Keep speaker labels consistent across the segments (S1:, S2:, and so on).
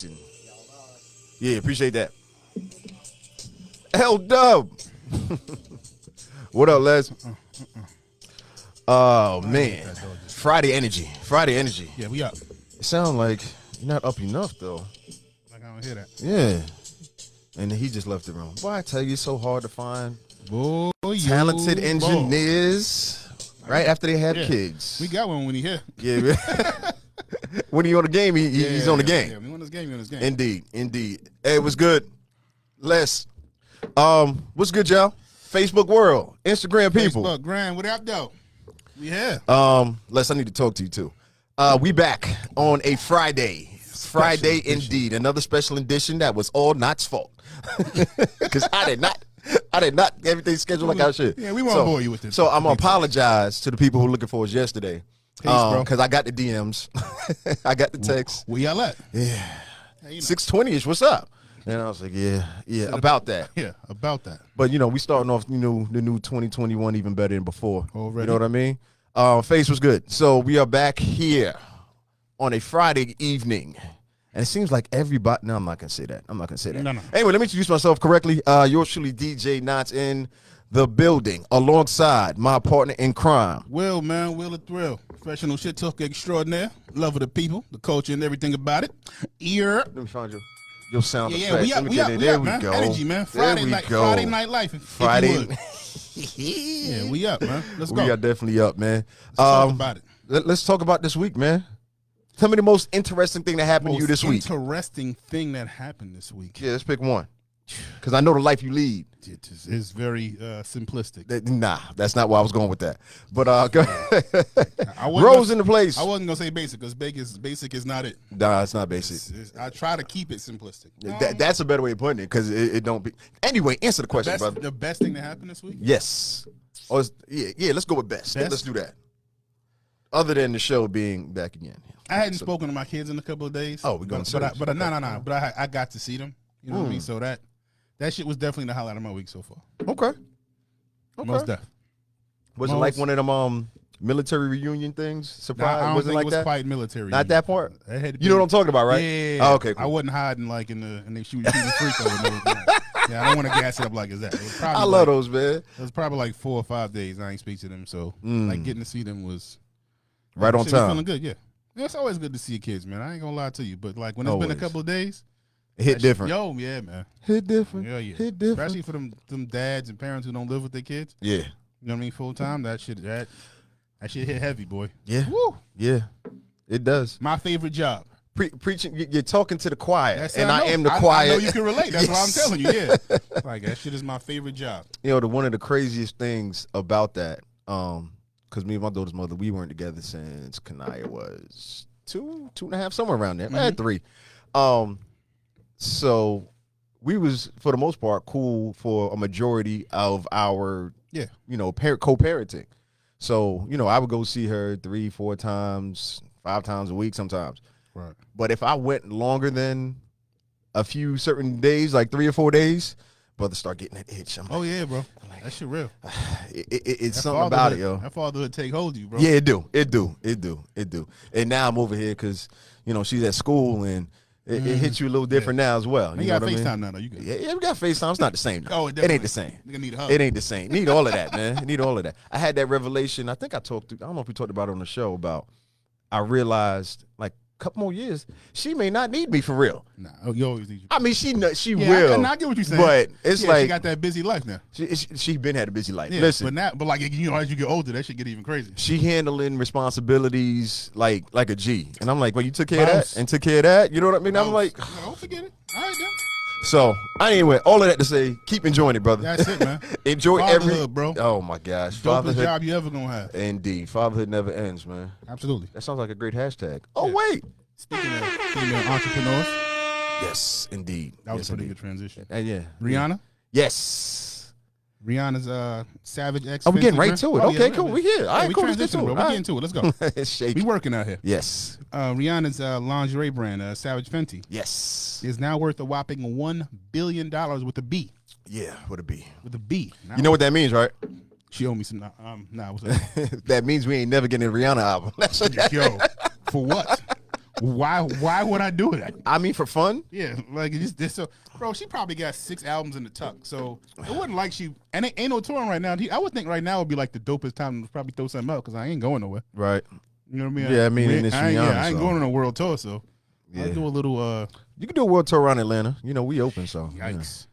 S1: Houston. Yeah, appreciate that. L Dub. what up, Les? Oh man, Friday energy. Friday energy.
S2: Yeah, we up.
S1: It sound like you're not up enough though.
S2: Like I don't hear that.
S1: Yeah. And he just left the room. Boy, I tell you, it's so hard to find
S2: Boy, you
S1: talented
S2: boy.
S1: engineers right after they have
S2: Yeah.
S1: kids.
S2: We got one when he here.
S1: yeah. man. when he on the game, he, he- he's on the
S2: Yeah,
S1: game.
S2: Yeah, we won this game. We won this game.
S1: Indeed, indeed. Hey, what's good? Les. Um, what's good, y'all? Facebook world, Instagram people.
S2: Facebook, Grand, what up, though? We here.
S1: Um, Les, I need to talk to you too. Uh, we back on a Friday. Friday indeed. Another special edition that was all Not's fault. Because I did not I did not get everything scheduled like I should.
S2: Mm-hmm. Yeah, we won't bore you with this.
S1: So I'm gonna apologize to the people who were looking for us yesterday.
S2: bro.
S1: Because I got the DMs. I got the text.
S2: Where y'all at? Yeah. you know.
S1: Six twenty ish, what's up? And I was like, Yeah, yeah, about that.
S2: Yeah, about that.
S1: But you know, we starting off you know the new 2021 even better than before. You
S2: Already.
S1: know what I mean? Uh, face was good. So we are back here on a Friday evening. And it seems like everybody. No, I'm not gonna say that. I'm not gonna say that.
S2: No, no.
S1: Anyway, let me introduce myself correctly. Uh, yours truly, DJ Knots in the building, alongside my partner in crime.
S2: Will, man, Will the Thrill. Professional shit talk extraordinaire. Love of the people, the culture, and everything about it. Ear.
S1: Let me find you. Your sound
S2: Yeah, yeah,
S1: effects.
S2: we up,
S1: Let me
S2: we
S1: get
S2: up,
S1: it.
S2: we
S1: there
S2: up,
S1: we
S2: man.
S1: go.
S2: Energy, man.
S1: There
S2: Friday
S1: we
S2: night,
S1: go.
S2: Friday night life. if- if you
S1: Friday.
S2: would. yeah, we up, man. Let's go.
S1: We are definitely up, man. Um,
S2: talk about it.
S1: Let, us talk about this week, man. Tell me the most interesting thing that happened to you this
S2: Most
S1: week.
S2: Interesting thing that happened this week.
S1: yeah, let's pick one. Because I know the life you lead.
S2: It is, it's very uh, simplistic.
S1: That- nah, that's not where I was going with that. But uh, go
S2: I wasn't
S1: Rose in the place.
S2: I wasn't gonna say basic because basic is basic is not it.
S1: Nah, it's not basic.
S2: It's- it's- I try to keep it simplistic. Um,
S1: That, that's a better way of putting it because it, it don't be. Anyway, answer the question,
S2: Best-
S1: brother.
S2: the best thing that happened this week.
S1: Yes. Or it's- yeah, yeah, let's go with best.
S2: Best?
S1: Let's do that. Other than the show being back again.
S2: I hadn't spoken to my kids in a couple of days.
S1: Oh, we going
S2: but,
S1: to
S2: but I,
S1: church.
S2: but I, no, no, no. But I, I got to see them. You know what I
S1: Hmm.
S2: mean? So that that shit was definitely the highlight of my week so far.
S1: Okay. Okay.
S2: Most def.
S1: Was it like
S2: Most-
S1: one of them um military reunion things?
S2: Nah, I
S1: Surprise?
S2: don't
S1: was it
S2: think
S1: like
S2: it was
S1: that?
S2: quite military.
S1: Not that part.
S2: It had to
S1: You know
S2: be-
S1: what I'm talking about, right?
S2: Yeah. yeah,
S1: Oh,
S2: yeah.
S1: okay.
S2: I
S1: Cool.
S2: wasn't hiding like in the and they shoot shooting free throw. and everything. yeah, I don't want to gas it up like it's that. It was
S1: I,
S2: probably
S1: love
S2: like-
S1: those, Hmm. man.
S2: It was probably like four or five days. I ain't speak to them, so like getting to see them was
S1: Right on
S2: Shit, we Feeling
S1: time.
S2: good, yeah. Yeah, It's always good to see your kids, man. I ain't gonna lie to you, but like when it's been
S1: Always.
S2: a couple of days,
S1: It hit
S2: that shit-
S1: different.
S2: Yo, yeah, man.
S1: Hit different.
S2: Yeah, yeah.
S1: Hit different.
S2: Especially for them them dads and parents who don't live with their kids.
S1: yeah.
S2: You know what I mean? Full time. That shit that that shit hit heavy, boy.
S1: Yeah.
S2: Woo.
S1: Yeah. It does.
S2: My favorite job.
S1: Pre- preaching. you- You're talking to the choir,
S2: That's
S1: and I,
S2: know.
S1: am the
S2: I,
S1: choir.
S2: I know you can relate. That's
S1: Yes.
S2: what I'm telling you. Yeah. like that shit is my favorite job.
S1: you know, the one of the craziest things about that, um, because me and my daughter's mother, we weren't together since Kanaya was two, two and a half, somewhere around there, eh, three. Um, so we was for the most part cool for a majority of our,
S2: Yeah.
S1: you know, par- co-parenting. So you know, I would go see her three, four times, five times a week sometimes.
S2: Right.
S1: But if I went longer than a few certain days, like three or four days, brother start getting that itch. I'm
S2: Oh yeah, bro. That shit real.
S1: it, it, it- it's
S2: That
S1: something about it,
S2: fatherhood-
S1: yo.
S2: That fatherhood take hold of you, bro.
S1: Yeah, it do. It do. It do. It do. And now I'm over here because you know she's at school and it, it hits you a little different now as well. You,
S2: You
S1: know
S2: Mm-hmm. got
S1: what I mean?
S2: FaceTime now, though. You good.
S1: Yeah, yeah, we got FaceTime. It's not the same. though.
S2: Oh, it
S1: it ain't
S2: definitely- Oh.
S1: the same.
S2: Nigga need a hug.
S1: It ain't the same. Need all of that, man. Need all of that. I had that revelation. I think I talked. To, I don't know if we talked about it on the show about. I realized like a couple more years, she may not need me for real.
S2: Nah, oh, you always need you.
S1: I mean, she kn- she
S2: Yeah,
S1: will.
S2: I, and I get what you're saying.
S1: But it's
S2: Yeah, she
S1: like
S2: got that busy life now.
S1: she, she, she been had a busy life.
S2: Yeah,
S1: Listen,
S2: but now, but like you know, as you get older, that shit get even crazy.
S1: she handling responsibilities like like a G. And I'm like, well, you took care of
S2: Bounce.
S1: that and took care of that. You know what I mean? I'm like,
S2: no, don't forget it. All right, then.
S1: so anyway, all of that to say, keep enjoying it, brother.
S2: That's it, man.
S1: Enjoy every.
S2: Fatherhood, bro.
S1: Oh my gosh,
S2: Dopest
S1: fatherhood.
S2: job you ever gonna have.
S1: Indeed, fatherhood never ends, man.
S2: Absolutely.
S1: That sounds like a great hashtag. Oh wait,
S2: Speaking of female entrepreneurs,
S1: yes, indeed.
S2: that was
S1: yes,
S2: a pretty
S1: indeed.
S2: good transition.
S1: Uh, yeah,
S2: Rihanna,
S1: yes.
S2: Rihanna's uh Savage X.
S1: Oh, we getting
S2: Fenty
S1: right
S2: brand.
S1: to it. Okay, cool. We here. All right,
S2: we
S1: cool. Let's get to
S2: transitioning,
S1: it.
S2: bro.
S1: All
S2: We
S1: right.
S2: getting to it. Let's go.
S1: it's
S2: we
S1: shaky.
S2: working out here.
S1: Yes,
S2: Uh, Rihanna's uh, lingerie brand, uh, Savage Fenty,
S1: yes.
S2: is now worth a whopping one billion dollars with a B.
S1: Yeah, what it be?
S2: With a B. Now,
S1: You know what that means, right?
S2: she owe me some. Um, nah, what's that?
S1: that means we ain't never getting a Rihanna album. That's what that-
S2: Yo, for what? Why? Why would I do that?
S1: I mean, for fun.
S2: Yeah, like it's just this. So, bro, she probably got six albums in the tuck. So it wasn't like she and it ain't no touring right now. I would think right now would be like the dopest time to probably throw something out because I ain't going nowhere.
S1: Right.
S2: You know what I mean?
S1: Yeah, I mean, and it's
S2: I ain't, yeah,
S1: Rihanna,
S2: I ain't
S1: so-
S2: going on a world tour, so
S1: Yeah.
S2: I'll do a little. uh
S1: You can do a world tour around Atlanta. You know, we open, so. you know.
S2: Yikes!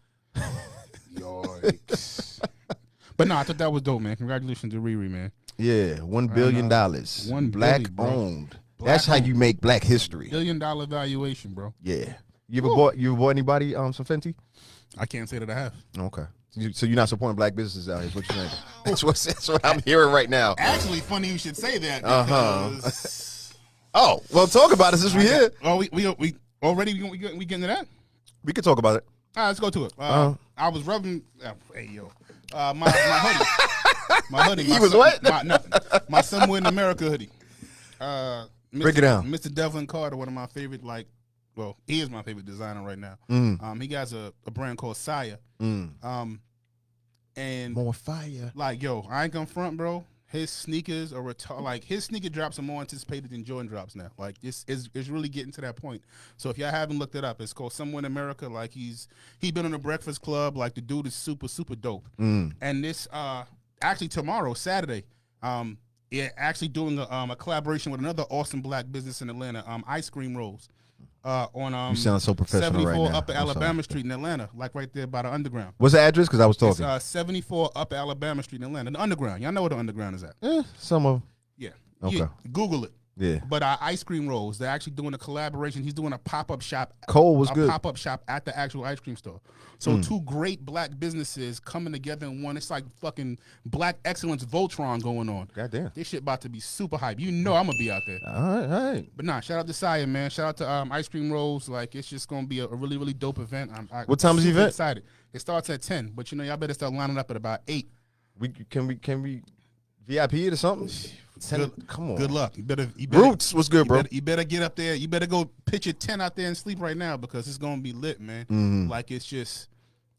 S2: yikes! But no, I thought that was dope, man. Congratulations to Riri, man.
S1: Yeah, one billion dollars.
S2: One
S1: black
S2: billion, bro.
S1: owned. That's how
S2: Black-owned.
S1: you make black history.
S2: Billion dollar valuation, bro.
S1: Yeah. You ever bought you ever bought anybody um some Fenty?
S2: I can't say that I have.
S1: Okay. You, so you're not supporting black businesses out here. What you think? that's what that's what I'm hearing right now.
S2: Actually, funny you should say that.
S1: Uh-huh.
S2: because-
S1: Oh, well, talk about it since we're here.
S2: Oh, we we we already we we get- we getting to that.
S1: We can talk about it.
S2: All right, let's go to it. Uh,
S1: Uh-huh.
S2: I was rubbing. Uh, hey yo, uh, my my hoodie, my hoodie.
S1: He
S2: my
S1: was
S2: son-
S1: what?
S2: My, no, my somewhere in America hoodie. Uh, Mr.
S1: Break it down.
S2: Mr. Devlin Carter, one of my favorite, like, well, he is my favorite designer right now.
S1: Mm.
S2: Um, he has a, a brand called Saya.
S1: Mm.
S2: Um, and
S1: More fire.
S2: like, yo, I ain't gonna front, bro. His sneakers are retar- like his sneaker drops are more anticipated than Jordan drops now. Like it's, it's it's really getting to that point. So if y'all haven't looked it up, it's called Someone in America. Like he's he been on the Breakfast Club. Like the dude is super super dope.
S1: Mm.
S2: And this uh actually tomorrow Saturday, um, yeah, actually doing a, um, a collaboration with another awesome black business in Atlanta, um, Ice Cream Rolls, uh, on um
S1: You sound so professional
S2: 74
S1: right now.
S2: Upper
S1: I'm sorry.
S2: Alabama Street in Atlanta, like right there by the Underground.
S1: What's the address? Because I was
S2: It's
S1: talking.
S2: uh, 74 up Alabama Street in Atlanta. The underground. Y'all know where the underground is at.
S1: Eh, some of
S2: Yeah.
S1: Okay.
S2: You- Google it.
S1: yeah.
S2: But uh, Ice Cream Rolls, they're actually doing a collaboration. He's doing a pop up shop.
S1: Cole was
S2: a
S1: good. Hmm.
S2: pop up shop at the actual ice cream store. So two great black businesses coming together in one. It's like fucking black excellence Voltron going on.
S1: Goddamn.
S2: This shit about to be super hype. You know I'm gonna be out there.
S1: All right, all right.
S2: But nah, shout out to Saya, man. Shout out to um, Ice Cream Rolls. Like it's just gonna be a, a really, really dope event. I'm, I,
S1: What time is the
S2: super
S1: event?
S2: Excited. It starts at ten, but you know y'all better start lining up at about eight.
S1: We can we can we VIP it or something? Ten,
S2: Good-
S1: come on.
S2: Good luck. You better, you better
S1: Roots, what's good,
S2: you
S1: bro?
S2: Better, you better get up there. You better go pitch a tent out there and sleep right now because it's gonna be lit, man.
S1: Mm-hmm.
S2: Like it's just,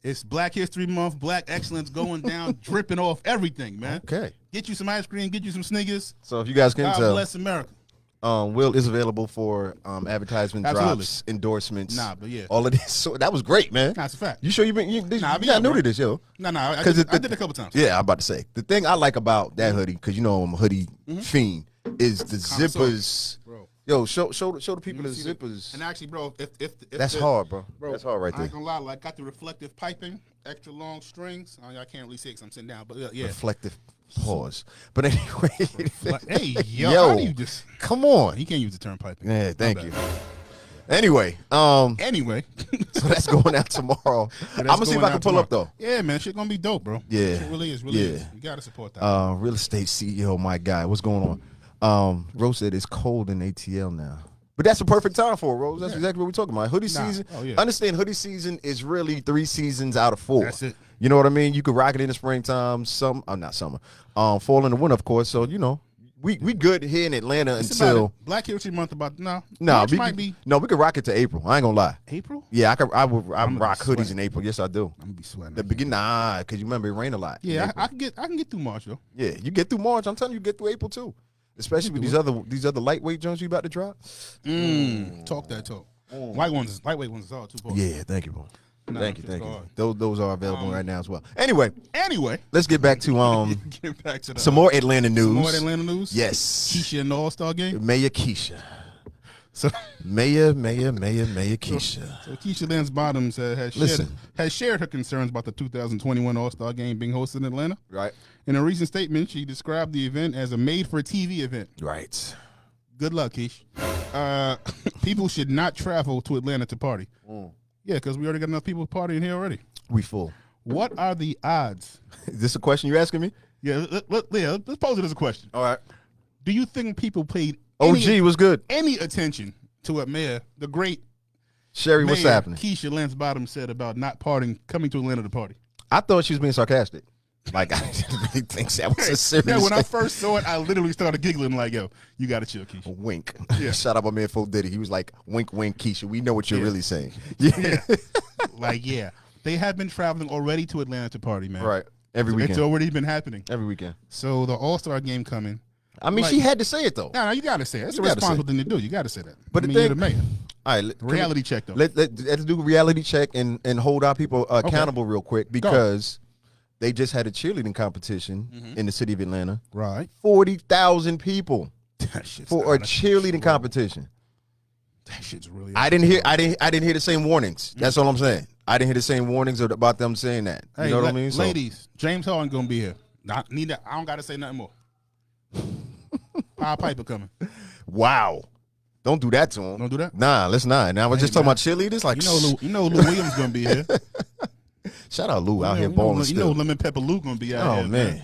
S2: it's Black History Month, Black excellence going down, dripping off everything, man.
S1: Okay.
S2: Get you some ice cream. Get you some Snickers.
S1: So if you guys can
S2: God
S1: tell,
S2: bless America.
S1: um, Will is available for um, advertisement
S2: Absolutely.
S1: drops, endorsements.
S2: Nah, but yeah.
S1: all of this. So that was great, man.
S2: That's a fact.
S1: You sure you been you, this,
S2: Nah, I
S1: you
S2: be
S1: not
S2: up,
S1: new
S2: bro.
S1: to this, yo?
S2: No, no, I, I,
S1: 'Cause
S2: did,
S1: it-
S2: I did a couple times.
S1: Yeah, I'm about to say the thing I like about that hoodie because you know I'm a hoodie fiend is the
S2: Mm-hmm. Connoisseur.
S1: zippers.
S2: Bro.
S1: Yo, show show the- show the people the
S2: see the-
S1: zippers.
S2: And actually, bro, if if, if
S1: That's
S2: the-
S1: hard, bro. That's hard right
S2: I
S1: there.
S2: ain't gonna lie, like got the reflective piping, extra long strings. Oh, I, I can't really see it 'cause I'm sitting down, but uh, yeah.
S1: Reflective pause. But anyway,
S2: Like, hey, yo,
S1: Yo.
S2: how do you just?
S1: come on.
S2: He can't use the term piping.
S1: Yeah, thank
S2: bad.
S1: you. Anyway, um,
S2: Anyway,
S1: so that's going out tomorrow. I'm gonna see if I can pull up though.
S2: Yeah, man, shit gonna be dope, bro.
S1: Yeah.
S2: Shit really is. Really
S1: Yeah.
S2: is. You gotta support that.
S1: uh, real estate CEO, my guy. What's going on? Um, Rose said it's cold in ATL now. But that's the perfect time for it, Rose. That's exactly what we're talking about. Hoodie
S2: Nah.
S1: season.
S2: Oh, yeah.
S1: Understand hoodie season is really three seasons out of four.
S2: That's it.
S1: You know what I mean? You could rock it in the springtime, some I'm not summer. Um, fall and the winter, of course. So, you know, we we good here in Atlanta
S2: That's about
S1: until
S2: it. Black History Month about no.
S1: no,
S2: March
S1: we-
S2: might be
S1: no, we could rock it to April. I ain't gonna lie.
S2: April?
S1: Yeah, I could I would I
S2: I'm
S1: rock
S2: gonna
S1: hoodies
S2: sweat.
S1: in April. Yes, I do.
S2: I'm gonna be sweating.
S1: The beginning nah, because you remember it rained a lot. in
S2: yeah,
S1: April.
S2: I, I can get I can get through March though.
S1: Yeah, you get through March. I'm telling you, you get through April too. Especially with these other these other lightweight joints you about to drop.
S2: Mm. Talk that talk.
S1: Mm.
S2: Light ones, is- lightweight ones is all too far.
S1: Yeah, thank you, bro.
S2: Nah,
S1: thank you,
S2: it's
S1: thank you.
S2: hard. Um,
S1: Those those are available right now as well. Anyway,
S2: Anyway,
S1: let's get back to um
S2: get back to the
S1: some more Atlanta news.
S2: more Atlanta news.
S1: Yes,
S2: Keisha in the All Star game.
S1: Mayor Keisha,
S2: So,
S1: Mayor Mayor Mayor Mayor Keisha.
S2: so Keisha Lance Bottoms uh, has shared,
S1: Listen.
S2: has shared her concerns about the 2021 All Star game being hosted in Atlanta.
S1: Right,
S2: In a recent statement, she described the event as a made for TV event.
S1: right.
S2: Good luck, Keish. Uh, people should not travel to Atlanta to party.
S1: Mm.
S2: Yeah, because we already got enough people partying here already.
S1: We full.
S2: What
S1: Mm.
S2: are the odds?
S1: Is this a question you asking me?
S2: Yeah, let, let, yeah, let's pose it as a question.
S1: All right.
S2: Do you think people paid any,
S1: OG was good.
S2: any attention to what Mayor, the great
S1: Sherry,
S2: Mayor
S1: what's happening?
S2: Keisha Lance Bottom said about not partying, coming to Atlanta to party?
S1: I thought she was being sarcastic. Like I didn't really think that was a serious.
S2: Yeah, when I
S1: thing.
S2: first saw it, I literally started giggling like, yo, you got to chill, Keisha.
S1: wink.
S2: Yeah.
S1: Shout out my man Fo Diddy. He was like, wink, wink, Keisha. We know what you're
S2: Yeah.
S1: really saying. Yeah.
S2: like, yeah. They have been traveling already to Atlanta to party, man.
S1: Right. Every
S2: It's
S1: weekend.
S2: already been happening.
S1: Every weekend.
S2: So the All Star game coming.
S1: I mean,
S2: Like-
S1: she had to say it though.
S2: No, no, you gotta say it. That's
S1: You
S2: a
S1: gotta
S2: responsible thing to do. You gotta say that.
S1: But
S2: I
S1: the
S2: mean,
S1: thing-
S2: you're the mayor.
S1: All right, let, can we-
S2: Reality check though.
S1: Let, let, let's do a reality check and, and hold our people accountable real quick because they just had a cheerleading competition
S2: Mm-hmm.
S1: in the city of Atlanta.
S2: right.
S1: Forty thousand people
S2: That shit's
S1: for a
S2: out of
S1: cheerleading
S2: control.
S1: competition.
S2: That shit's really.
S1: I didn't hear. I didn't. I didn't hear the same warnings.
S2: Mm.
S1: That's all I'm saying. I didn't hear the same warnings about them saying that. You
S2: Hey,
S1: know what I
S2: la-
S1: mean? So-
S2: ladies, James Harden gonna be here. Not need that. I don't gotta say nothing more. Power Piper coming.
S1: wow. Don't do that to him.
S2: Don't do that.
S1: Nah, let's not. Now we're just talking about cheerleaders. Like,
S2: You know, Lou, you know, Lou Williams gonna be here.
S1: shout out Lou out
S2: you know,
S1: here
S2: you
S1: balling
S2: know, you
S1: still.
S2: know, Lemon Pepper Lou gonna be out
S1: oh
S2: here.
S1: man.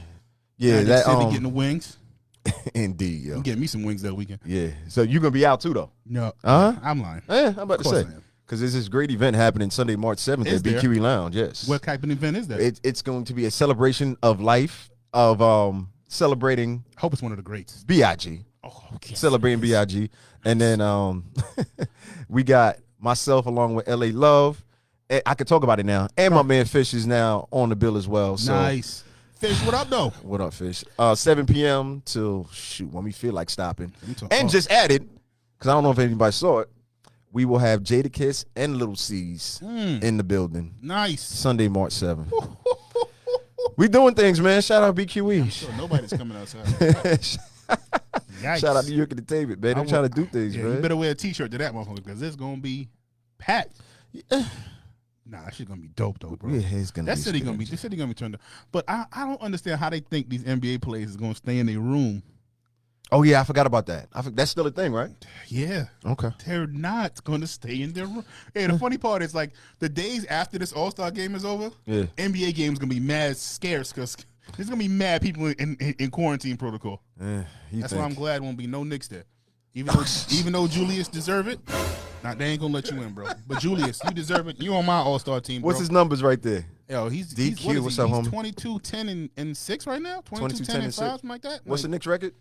S1: yeah,
S2: Magic
S1: that
S2: City
S1: um,
S2: getting the wings.
S1: indeed, yo.
S2: I'm getting me some wings that weekend.
S1: Yeah, so you're gonna be out too though.
S2: No,
S1: Uh-huh.
S2: I'm lying.
S1: Yeah, I'm about to
S2: course
S1: say
S2: I am.
S1: because there's this great event happening Sunday, March 7th
S2: Is
S1: at
S2: there?
S1: BQE Lounge. Yes,
S2: What type of event is that?
S1: it, it's going to be a celebration of life of um celebrating
S2: I hope it's one of the greats.
S1: Big,
S2: Oh, okay.
S1: celebrating Big, and then um we got myself along with LA Love. Eh, I could talk about it now, and my man Fish is now on the bill as well. So
S2: nice. Fish, what up though?
S1: what up, Fish? Uh, 7 p.m. till shoot when we feel like stopping,
S2: me talk-
S1: and
S2: oh.
S1: just added because I don't know if anybody saw it. We will have Jada Kiss and Little C's
S2: Hmm.
S1: in the building.
S2: Nice.
S1: Sunday, March 7th. we doing things, man. Shout out E.
S2: So
S1: BQE.
S2: nobody's coming outside. Yikes.
S1: Shout out to York Entertainment, man.
S2: I
S1: They're
S2: will-
S1: trying to do things,
S2: Yeah, you
S1: man.
S2: better wear a t-shirt to that motherfucker because it's gonna be packed. Nah, that shit gonna be dope though, bro.
S1: Yeah, it's gonna
S2: that
S1: be
S2: city gonna be this city gonna be turned up. But I, I don't understand how they think these NBA players is gonna stay in their room.
S1: Oh, yeah, I forgot about that. I for- that's still a thing, right?
S2: Yeah.
S1: Okay.
S2: They're not gonna stay in their room. Hey, the funny part is like the days after this All Star game is over,
S1: Yeah.
S2: NBA game's gonna be mad scarce because there's gonna be mad people in, in, in quarantine protocol.
S1: Eh, you
S2: That's
S1: think.
S2: why I'm glad won't be no Knicks there. Even though, even though Julius deserve it, nah, they ain't gonna let you in, bro. But Julius, you deserve it. You on my All Star team, bro.
S1: What's his numbers right there?
S2: Yo, he's He's,
S1: DQ,
S2: what is he?
S1: what's up,
S2: He's
S1: homie?
S2: 22, 10, and, and six right now. 22, 10, and
S1: 6.
S2: five, something like that.
S1: What's the
S2: like,
S1: Knicks record?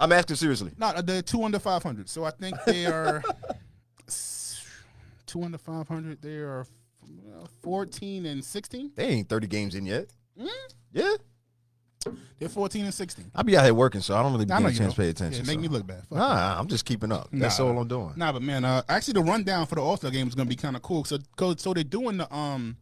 S1: I'm asking seriously.
S2: No, they're two under five hundred. So I think they are s- two under five hundred. They are uh, fourteen and sixteen. Mm-hmm.
S1: They ain't 30 games in yet. Yeah.
S2: They're fourteen and sixteen.
S1: I be out here working, so I don't really
S2: I
S1: get
S2: know
S1: a
S2: you
S1: chance to
S2: know.
S1: pay attention.
S2: Yeah, make
S1: so.
S2: me look bad. Fuck
S1: Nah, I'm just keeping up. That's
S2: Nah.
S1: all I'm doing.
S2: Nah, but man, uh, actually the rundown for the All Star game is gonna be kind of cool. So, 'cause- so they're doing the um,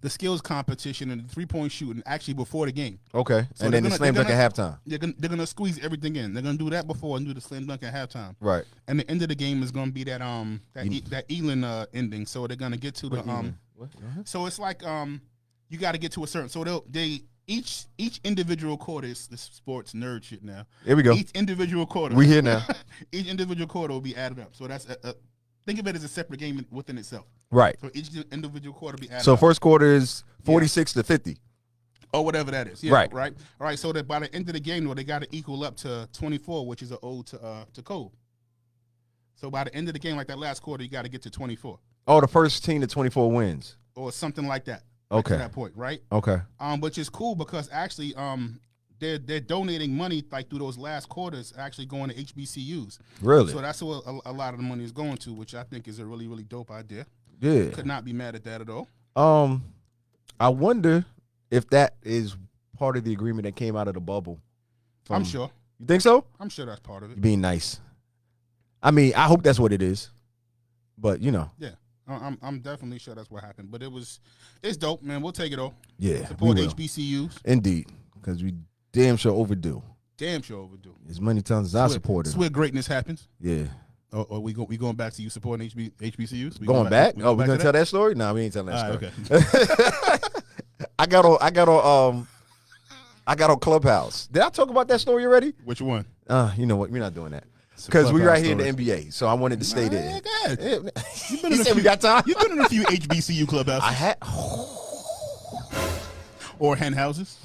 S2: the skills competition and the three point shooting actually before the game.
S1: Okay.
S2: So
S1: and
S2: they're
S1: then the
S2: gonna-
S1: slam
S2: they're
S1: dunk at halftime.
S2: They're gonna they're gonna squeeze everything in. They're gonna do that before and do the slam dunk at halftime.
S1: Right.
S2: And the end of the game is gonna be that um that e- that Elon uh, ending. So they're gonna get to the um.
S1: mm-hmm. What? Uh-huh.
S2: So it's like um, you got to get to a certain. So they'll they each each individual quarter is this sports nerd shit now.
S1: Here we go.
S2: Each individual quarter.
S1: We here now.
S2: each individual quarter will be added up. So that's a, a, think of it as a separate game within itself.
S1: Right.
S2: So each individual quarter be added
S1: So
S2: up,
S1: first quarter is 46 to 50.
S2: or whatever that is. Yeah,
S1: Right.
S2: right. Right. All right. So that by the end of the game, though, they got to equal up to twenty four, which is an ode to uh to Cole. So by the end of the game, like that last quarter, you got to get to twenty four
S1: Oh, the first team to 24 wins.
S2: or something like that. To
S1: Okay.
S2: that point, right?
S1: Okay.
S2: um, which is cool because actually um, they're they're donating money like through those last quarters actually going to HBCUs.
S1: Really?
S2: So that's what a, a lot of the money is going to, which I think is a really really dope idea.
S1: Yeah.
S2: Could not be mad at that at all.
S1: Um I wonder if that is part of the agreement that came out of the bubble. from-
S2: I'm sure.
S1: You think so?
S2: I'm sure that's part of
S1: You
S2: it.
S1: being nice. I mean, I hope that's what it is. But, you know,
S2: Yeah. I- I'm, I'm definitely sure that's what happened, but it was, it's dope, man. We'll take it all.
S1: yeah. we
S2: Support
S1: will.
S2: HBCUs.
S1: Indeed. Because we damn sure overdue.
S2: Damn sure overdue.
S1: As many times as I
S2: Where-
S1: supported.
S2: It's where greatness happens.
S1: Yeah.
S2: Or, or we go, we going back to you supporting HB, HBCUs. We
S1: going back?
S2: we
S1: oh, we're
S2: back
S1: gonna
S2: to
S1: tell that story? No, we ain't telling that
S2: All right,
S1: story. I got on I got on um I got on Clubhouse. Did I talk about that story already?
S2: Which one?
S1: Uh, you know what? We're not doing that.
S2: a
S1: Because we
S2: Clubhouse
S1: right here
S2: story.
S1: in the NBA. So I wanted to stay there.
S2: Alright, go ahead.
S1: You
S2: been in a
S1: said we
S2: few-
S1: got time.
S2: You've been in a few HBCU clubhouses.
S1: I had
S2: or hen houses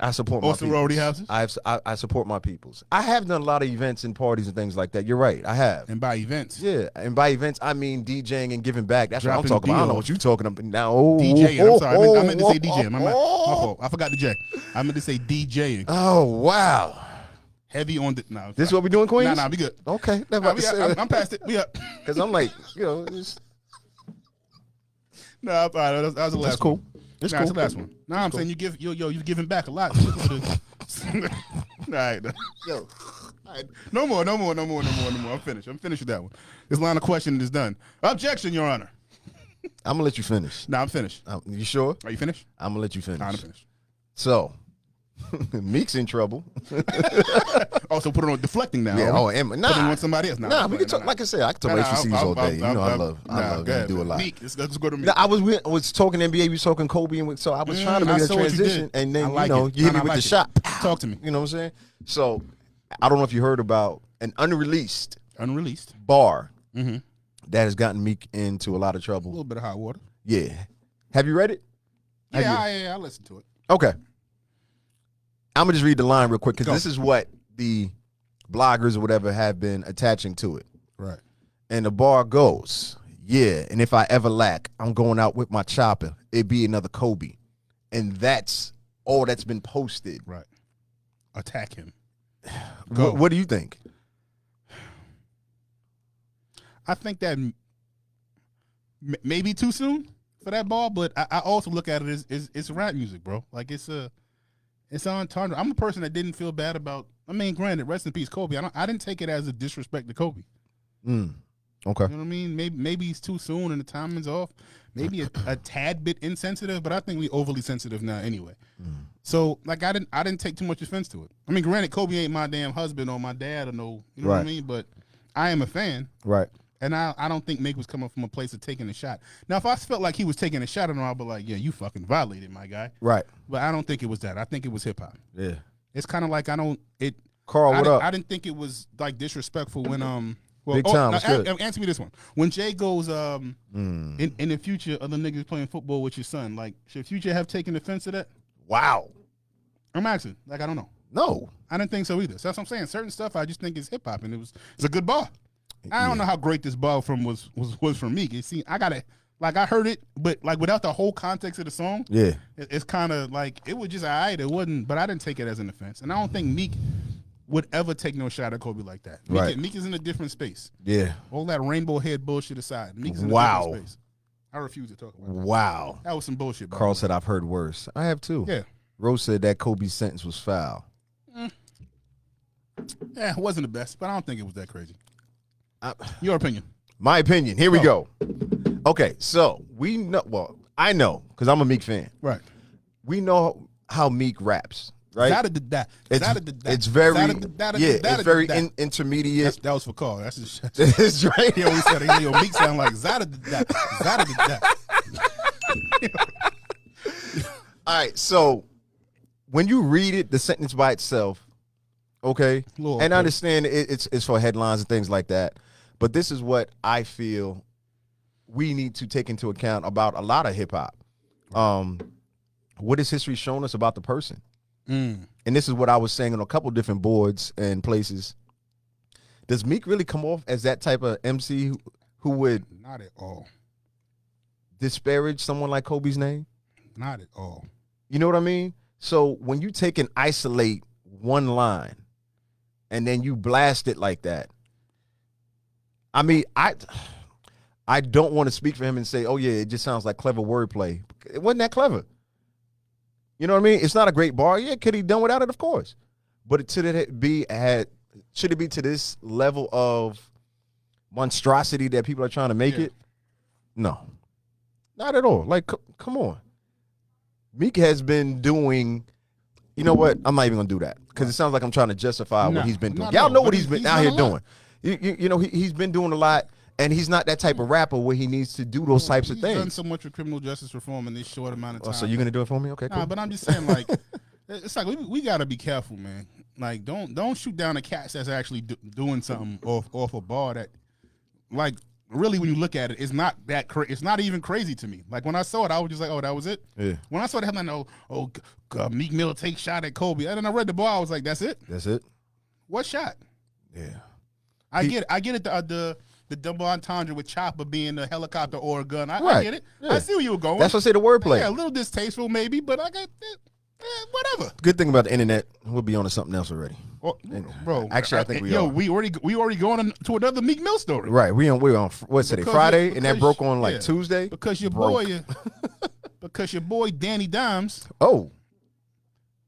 S1: I support my
S2: or sorority
S1: peoples.
S2: houses.
S1: I've I, I support my peoples. I have done a lot of events and parties and things like that. You're right. I have.
S2: and by events.
S1: Yeah, and by events I mean DJing and giving back. That's what I'm
S2: Dropping
S1: talking about. I don't know
S2: deals.
S1: what you're talking about now.
S2: DJing. I'm sorry. I meant, I meant to say
S1: oh,
S2: DJ. My, my, my fault. I forgot the J. I meant to say DJing.
S1: Oh wow!
S2: Heavy on the. No,
S1: This is what we doing, Queens?
S2: Nah, nah, we good.
S1: Okay, that's
S2: Nah,
S1: about
S2: we,
S1: to
S2: got-
S1: say
S2: I'm, I'm past it. We up.
S1: because I'm like, you know, it's,
S2: No, all right, that was, that was the last.
S1: that's cool.
S2: One.
S1: That's
S2: nah,
S1: cool.
S2: That's the last one. Nah, I'm saying you give yo yo you've given back a lot. All right. All
S1: Yo,
S2: right. No more, no more, no more, no more, no more. I'm finished. I'm finished with that one. This line of questioning is done. Objection, Your Honor.
S1: I'm gonna let you finish.
S2: Now I'm finished.
S1: Um, you sure?
S2: Are you finished?
S1: I'm gonna let you
S2: Nah, I'm
S1: finish.
S2: finished.
S1: So, Meek's in trouble.
S2: Also, Oh, put it on deflecting now.
S1: Yeah.
S2: Are
S1: Oh,
S2: Oh, we?
S1: and
S2: Put it
S1: nah,
S2: on somebody else. Nah,
S1: nah.
S2: I'm
S1: We
S2: playing.
S1: can talk.
S2: Nah,
S1: Like I said, I can talk
S2: nah.
S1: about
S2: Nah,
S1: HBCUs
S2: I'll-
S1: all
S2: I'll-
S1: day. You
S2: I'll-
S1: know, I
S2: I'll-
S1: love,
S2: nah,
S1: I love.
S2: go
S1: You
S2: ahead,
S1: do a
S2: man.
S1: lot.
S2: Meek, let's, let's go to Meek.
S1: No, I was with, I was talking NBA. You was talking Kobe, and with, so I was
S2: Mm,
S1: trying to make
S2: I
S1: that
S2: saw what you
S1: transition,
S2: did.
S1: and then
S2: I
S1: you
S2: like
S1: know
S2: it.
S1: you hit
S2: Nah,
S1: me
S2: nah,
S1: with
S2: I
S1: the
S2: like it.
S1: shot.
S2: Talk to me.
S1: You know what I'm saying? So, I don't know if you heard about an unreleased
S2: Unreleased.
S1: bar
S2: Mm-hmm. A
S1: that has gotten Meek into a lot of trouble.
S2: little bit of hot water.
S1: Yeah, have you read it?
S2: Yeah,
S1: Have you-
S2: yeah, yeah, I listened to it.
S1: Okay. I'm gonna just read the line real quick because
S2: Go.
S1: this is what the bloggers or whatever have been attaching to it.
S2: Right.
S1: And the bar goes, yeah. And if I ever lack, I'm going out with my chopper. It be another Kobe, and that's all that's been posted.
S2: Right. Attack him.
S1: Wh-
S2: Go.
S1: What, do you think?
S2: I think that m- m- maybe too soon for that ball, but I, I also look at it as, as it's rap music, bro. Like it's a it's on entendre. I'm a person that didn't feel bad about. I mean, granted, rest in peace, Kobe. I don't, I didn't take it as a disrespect to Kobe.
S1: Mm. Okay.
S2: You know what I mean? Maybe maybe it's too soon and the timing's off. Maybe a, a tad bit insensitive, but I think we overly sensitive now anyway. So like I didn't I didn't take too much offense to it. I mean, granted, Kobe ain't my damn husband or my dad or no, you know what I
S1: Right.
S2: mean. But I am a fan.
S1: Right.
S2: And I, I don't think Meek was coming from a place of taking a shot. Now, if I felt like he was taking a shot and all, I'd be like, yeah, you fucking violated my guy.
S1: Right.
S2: But I don't think it was that. I think it was hip hop.
S1: Yeah.
S2: It's kind of like I don't it.
S1: Carl, Oh,
S2: I,
S1: what
S2: didn't,
S1: up?
S2: I didn't think it was like disrespectful when um. Well,
S1: Big time,
S2: now,
S1: it's good.
S2: an- answer me this one. When Jay goes um
S1: Mm.
S2: in, in the future, other niggas playing football with your son, like should future have taken offense to that?
S1: Wow.
S2: I'm asking. Like I don't know.
S1: No.
S2: I didn't think so either. So that's what I'm saying. Certain stuff I just think is hip hop, and it was it's a good ball. I don't know how great this ball from was was was from me. You see, I gotta like I heard it, but like without the whole context of the song,
S1: Yeah.
S2: it- it's kind of like it was just alright. It wasn't, but I didn't take it as an offense, and I don't think Meek would ever take no shot at Kobe like that. Meek,
S1: Right.
S2: Meek is in a different space.
S1: Yeah.
S2: All that rainbow head bullshit aside, Meek is in a
S1: Wow.
S2: different space. I refuse to talk about that.
S1: Wow.
S2: That was some bullshit. by the
S1: Carl
S2: way.
S1: said I've heard worse. I have too.
S2: yeah,
S1: Rose said that Kobe's sentence was foul.
S2: yeah, it wasn't the best, but I don't think it was that crazy.
S1: I-
S2: Your opinion?
S1: My opinion. Here we go. Okay, so we know. Well, I know because I'm a Meek fan.
S2: Right.
S1: We know how Meek raps, right?
S2: Zada did that.
S1: it's,
S2: Zada did that.
S1: it's very
S2: Zada did that.
S1: yeah,
S2: Zada
S1: it's
S2: did
S1: very
S2: that.
S1: in, intermediate.
S2: That's- that was for Carl. That's just,
S1: It's right.
S2: he always said, "Yo, Meek sound like Zada did that. Zada did that."
S1: All right, so when you read it, the sentence by itself, okay,
S2: Lord,
S1: and I
S2: okay.
S1: understand it, it's it's for headlines and things like that, but this is what I feel we need to take into account about a lot of hip hop. Um, what has history shown us about the person?
S2: Mm.
S1: and this is what I was saying on a couple different boards and places. Does Meek really come off as that type of MC who, who would
S2: Not at all.
S1: disparage someone like Kobe's name?
S2: Not at all.
S1: You know what I mean? So when you take and isolate one line and then you blast it like that, I mean, I I don't want to speak for him and say, oh yeah, it just sounds like clever wordplay. It wasn't that clever. You know what I mean? It's not a great bar. Yeah, could he done without it? Of course. But it should it be had should it be to this level of monstrosity that people are trying to make
S2: Yeah.
S1: it? No. Not at all. Like c- come on. Meek has been doing you know what? I'm not even gonna do that because it sounds like I'm trying to justify
S2: No,
S1: what he's been doing.
S2: not at
S1: Y'all
S2: all,
S1: know what
S2: but
S1: he's
S2: he's-
S1: been
S2: he's
S1: out
S2: done
S1: here
S2: a lot.
S1: doing. You, you, you know he, he's been doing a lot, and he's not that type of rapper where he needs to do those types of
S2: Oh, He's Done
S1: things.
S2: so much with criminal justice reform in this short amount of
S1: Oh,
S2: time.
S1: so you're gonna do it for me? Okay, cool.
S2: Nah, but I'm just saying, like, it's like we, we gotta be careful, man. Like, don't don't shoot down the cats that's actually do, doing something off off a bar that, like, really when you look at it, it's not that cra- it's not even crazy to me. Like when I saw it, I was just like, oh, that was it.
S1: Yeah.
S2: When I saw that, I'm like, oh, oh, G- uh, Meek Mill take shot at Kobe, and then I read the bar, I was like, that's it.
S1: That's it.
S2: What shot?
S1: Yeah.
S2: I
S1: He-
S2: get it. I get it. The, uh, the the double entendre with Chopper being a helicopter or a gun. I, I
S1: Right.
S2: get it.
S1: Yeah.
S2: I see where you were going.
S1: That's what I say. The wordplay.
S2: Yeah, a little distasteful maybe, but I got that. eh, whatever.
S1: Good thing about the internet, we'll be on to something else already.
S2: Or- bro,
S1: Actually, I think we
S2: yo,
S1: are.
S2: we already we already going on to another Meek Mill story.
S1: Right. We on. We on. fr- What's today?
S2: Because you-
S1: Friday, and that
S2: because-
S1: broke on like
S2: yeah.
S1: Tuesday.
S2: Because your
S1: Broke.
S2: boy, because your boy Danny Dimes.
S1: Oh,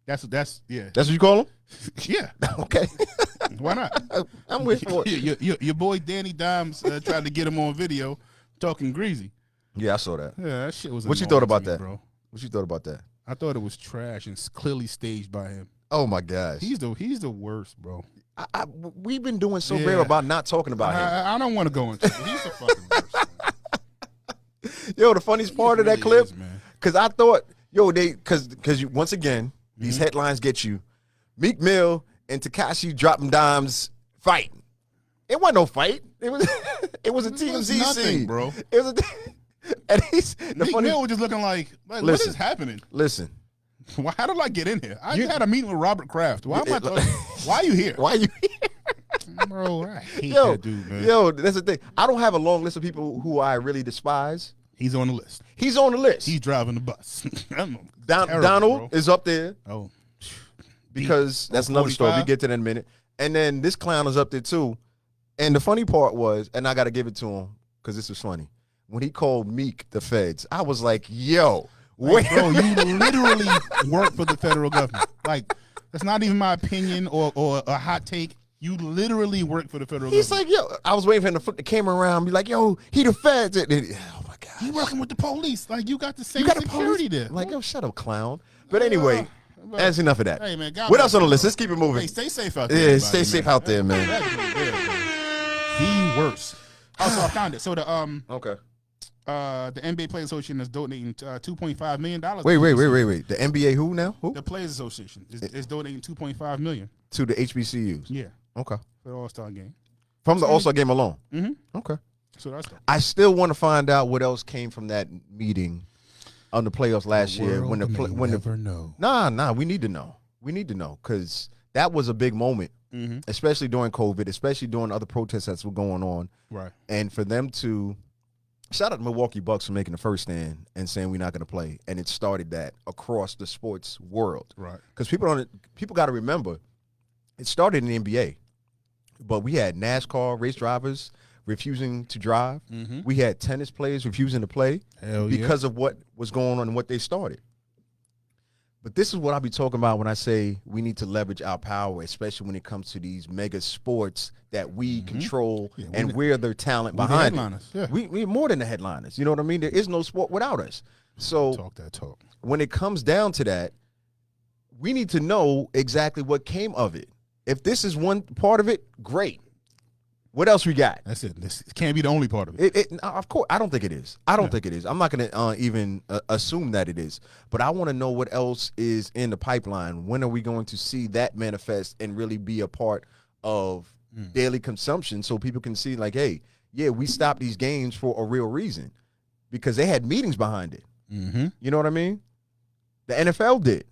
S2: That's that's yeah.
S1: that's what you call him?
S2: yeah,
S1: Okay,
S2: why not?
S1: I'm with for it.
S2: your, your, your boy Danny Dimes uh, tried to get him on video talking greasy.
S1: Yeah, I saw that.
S2: Yeah, that shit was.
S1: What you thought
S2: annoying to
S1: about
S2: me,
S1: that?
S2: bro?
S1: What you thought about that?
S2: I thought it was trash and s- clearly staged by him.
S1: Oh my gosh,
S2: He's the he's the worst, bro.
S1: I, I, we've been doing so
S2: Yeah. Uh-huh.
S1: rare about not talking about him.
S2: I, I don't want to go into. it. He's the fucking worst. man.
S1: Yo, the funniest part of that
S2: He
S1: clip,
S2: is, man.
S1: because I thought, yo, they, because because you once again these
S2: Mm-hmm.
S1: headlines get you. Meek Mill and Takashi dropping dimes fight. It wasn't no fight. It was it was a TMZ
S2: was nothing,
S1: scene,
S2: bro.
S1: It was a and he's the
S2: Meek
S1: funny.
S2: Mill was just looking like, like what
S1: Listen.
S2: is happening?
S1: Listen,
S2: Why, how did I get in here? I
S1: You-
S2: had a meeting with Robert Kraft. Why am I?
S1: It-
S2: Talking, why are you here,
S1: why you?
S2: bro? I hate
S1: Yo,
S2: that dude, man.
S1: yo, that's the thing. I don't have a long list of people who I really despise.
S2: He's on the list.
S1: He's on the list.
S2: He's driving the bus. Don-
S1: Don, Donald is up there.
S2: Oh,
S1: because that's another story. We
S2: 045?
S1: get to that in a minute. And then this clown was up there too. And the funny part was, and I got to give it to him because this was funny. When he called Meek the feds, I was like, yo, wait.
S2: bro, you literally work for the federal government. Like, that's not even my opinion or, or a hot take. You literally work for the federal
S1: He's
S2: government.
S1: like, yo, I was waiting for him to flip the camera around and be like, yo, he the feds. And then- oh my God.
S2: you working with the police. Like, you got the same
S1: You got a police?
S2: security there.
S1: I'm like, yo, shut up, clown. But anyway,
S2: Uh,
S1: that's enough of that.
S2: Hey, man, God
S1: what
S2: bless
S1: else on the
S2: you,
S1: list?
S2: bro.
S1: Let's keep it moving.
S2: hey, stay safe out there.
S1: yeah, stay
S2: everybody,
S1: safe
S2: man.
S1: out there, man.
S2: That's the worst. Oh, so I found it. So the um
S1: Okay.
S2: uh the NBA Players Association is donating uh, two point five million dollars.
S1: Wait, wait, wait, wait, wait. The NBA who now? Who?
S2: The Players Association is, is donating two point five million.
S1: To the HBCUs.
S2: Yeah,
S1: Okay.
S2: for the All Star game.
S1: From the All Star game alone.
S2: Mhm.
S1: Okay.
S2: So that's the
S1: I still want to find out what else came from that meeting on the playoffs last year when the pl- when the
S2: know.
S1: nah nah we need to know we need to know because that was a big moment
S2: Mm-hmm.
S1: especially during COVID especially during other protests that were going on
S2: Right.
S1: and for them to shout out the Milwaukee Bucks for making the first stand and saying we're not going to play and it started that across the sports world
S2: Right.
S1: because people don't people got to remember it started in the NBA but we had NASCAR race drivers refusing to drive.
S2: Mm-hmm. Oh,
S1: We had tennis players refusing to play
S2: Hell
S1: because of what was going on and what they started. But this is what I'll be talking about when I say we need to leverage our power, especially when it comes to these mega sports that we control
S2: Mm-hmm. Yeah, we
S1: and
S2: the-
S1: we're their talent
S2: yeah.
S1: behind. it.
S2: headliners. Yeah.
S1: We, we're more than the headliners. You know what I mean? There is no sport without us. So
S2: talk that talk.
S1: when it comes down to that, we need to know exactly what came of it. If this is one part of it, great. What else we got?
S2: That's it. This can't be the only part of it.
S1: It, it, no, of course, I don't think it is. I don't think it is. I'm not going to uh, even uh, assume that it is. But I want to know what else is in the pipeline. When are we going to see that manifest and really be a part of daily consumption so people can see, like, hey, yeah, we stopped these games for a real reason because they had meetings behind it.
S2: Mm-hmm.
S1: You know what I mean? The NFL did.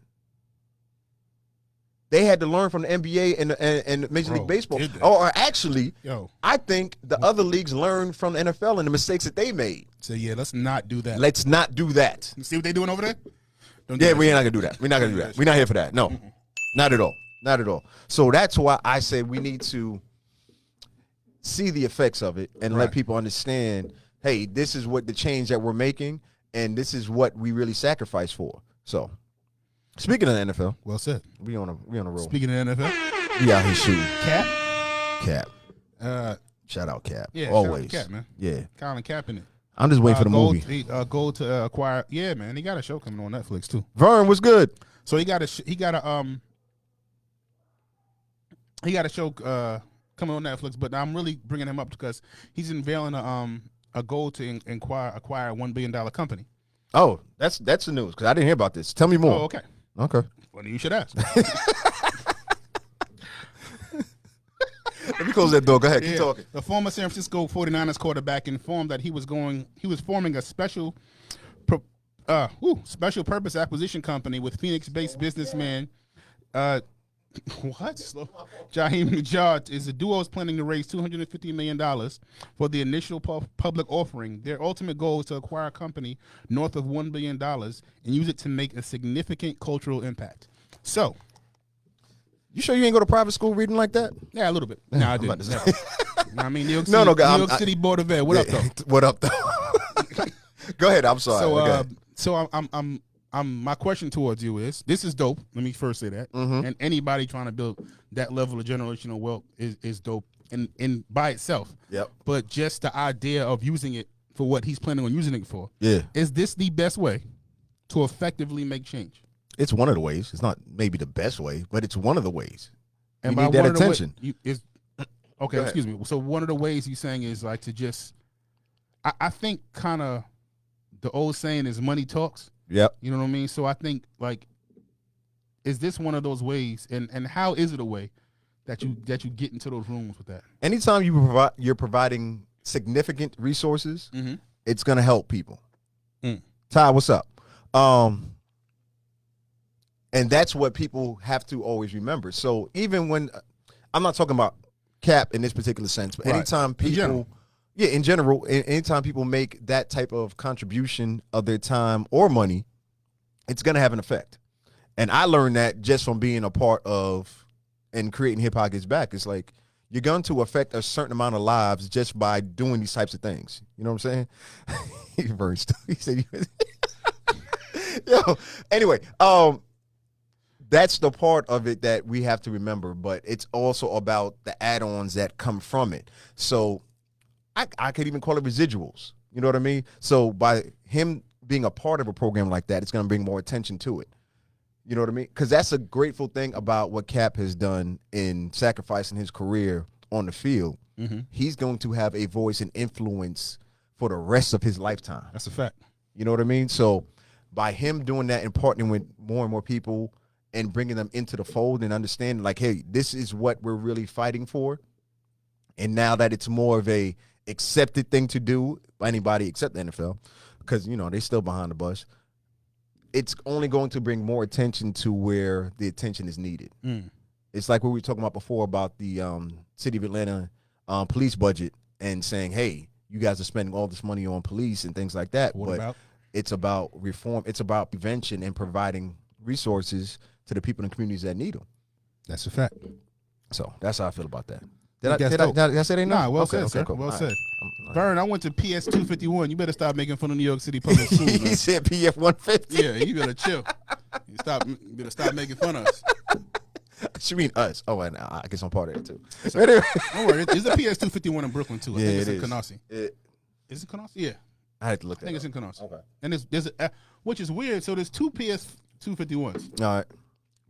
S1: They had to learn from the NBA and and, and Major
S2: Bro,
S1: League Baseball.
S2: did they?
S1: Or, or actually,
S2: Yo.
S1: I think the other leagues learned from the NFL and the mistakes that they made.
S2: So yeah, let's not do that.
S1: Let's not do that.
S2: You see what they doing over there? Don't do
S1: Yeah,
S2: that.
S1: we're not gonna do that. We're not gonna do that. We're not here for that. No, not at all. Not at all. So that's why I say we need to see the effects of it and let
S2: Right.
S1: people understand. Hey, this is what the change that we're making, and this is what we really sacrifice for. So, speaking of the NFL,
S2: Well said.
S1: we on a we on a roll.
S2: Speaking of NFL,
S1: we out here shooting.
S2: Cap.
S1: Cap,
S2: Uh,
S1: shout out Cap.
S2: Yeah, shout out
S1: always.
S2: Cap, man.
S1: Yeah,
S2: Colin Kaepernick.
S1: I'm just waiting for the
S2: goal,
S1: movie.
S2: He, uh, goal to uh, acquire. Yeah, man, he got a show coming on Netflix too.
S1: Vern, what's good?
S2: So he got a sh- he got a um he got a show uh coming on Netflix. But I'm really bringing him up because he's unveiling a um a goal to in- inquire acquire a one billion dollar company.
S1: Oh, that's that's the news because I didn't hear about this. Tell me
S2: Oh,
S1: more.
S2: okay.
S1: okay.
S2: Funny you should ask.
S1: Let me close that door. Go ahead.
S2: Yeah.
S1: Keep talking.
S2: The former San Francisco 49ers quarterback informed that he was going he was forming a special pro- uh whew, special purpose acquisition company with Phoenix-based businessman uh what? Jaheim Najat is the duo is planning to raise $250 million for the initial pu- public offering. Their ultimate goal is to acquire a company north of $1 billion and use it to make a significant cultural impact. So,
S1: You sure you ain't go to private school reading like that?
S2: yeah, a little bit. No, I
S1: about
S2: didn't.
S1: to
S2: Never. Nah, I mean, New York City,
S1: No, no,
S2: New
S1: I'm-
S2: York
S1: I-
S2: City Board of Ed. What up, though?
S1: what up, though? go ahead. I'm sorry.
S2: So,
S1: Go
S2: uh,
S1: ahead.
S2: so I'm, I'm, I'm, I'm my question towards you is this is dope. Let me first say that.
S1: Mhm.
S2: And anybody trying to build that level of generational wealth is, is dope in, in by itself.
S1: Yep.
S2: But just the idea of using it for what he's planning on using it for.
S1: Yeah.
S2: Is this the best way to effectively make change?
S1: It's one of the ways. It's not maybe the best way, but it's one of the ways. You
S2: by
S1: need that
S2: one of the wa-
S1: attention.
S2: you, is, okay,
S1: Go ahead.
S2: excuse me. So one of the ways he's saying is like to just, I, I think kind of the old saying is money talks.
S1: Yep.
S2: You know what I mean? So I think like, is this one of those ways, and and how is it a way that you that you get into those rooms with that?
S1: Anytime you provide, you're providing significant resources.
S2: Mm-hmm.
S1: It's gonna help people.
S2: Mm.
S1: Ty, what's up? Um, and that's what people have to always remember. So even when I'm not talking about cap in this particular sense, but
S2: Right.
S1: anytime people,
S2: general.
S1: yeah, in general, a- anytime people make that type of contribution of their time or money, it's gonna have an effect. And I learned that just from being a part of and creating Hip Hop Gets Back. It's like you're going to affect a certain amount of lives just by doing these types of things. You know what I'm saying? he versed. He said, "Yo." Anyway, um, that's the part of it that we have to remember. But it's also about the add-ons that come from it. So I, I could even call it residuals. You know what I mean? So by him being a part of a program like that, it's going to bring more attention to it. You know what I mean? Because that's a grateful thing about what Cap has done in sacrificing his career on the field. He's going to have a voice and influence for the rest of his lifetime.
S2: That's a fact.
S1: You know what I mean? So by him doing that and partnering with more and more people and bringing them into the fold and understanding like, hey, this is what we're really fighting for. And now that it's more of a accepted thing to do by anybody except the NFL, because you know they're still behind the bus. It's only going to bring more attention to where the attention is needed.
S2: Mm.
S1: It's like what we were talking about before about the um, city of Atlanta um, police budget and saying, "Hey, you guys are spending all this money on police and things like that."
S2: What
S1: but
S2: about?
S1: it's about reform. It's about prevention and providing resources to the people in the communities that need them.
S2: That's a fact.
S1: So that's how I feel about that. Did I,
S2: That's
S1: did I,
S2: dope.
S1: did I, did I say they
S2: Nah,
S1: know?
S2: well said, sir. Well
S1: All
S2: said.
S1: I'm-
S2: Vern, I went to PS two fifty one. You better stop making fun of New York City public schools. man.
S1: he said PF one fifty.
S2: yeah, you better chill. You stop. You better stop making fun of us.
S1: She mean us. Oh, and I I guess I'm part of it too. Anyway.
S2: Don't worry. It's a PS two fifty one in Brooklyn too. I
S1: Yeah,
S2: think it's
S1: it
S2: in
S1: is.
S2: Canarsie.
S1: It-
S2: Is it Canarsie? Yeah,
S1: I had to look
S2: I
S1: that.
S2: think it's
S1: up.
S2: in Canarsie.
S1: Okay.
S2: And it's there's a, which is weird. So there's two PS two fifty ones.
S1: All right,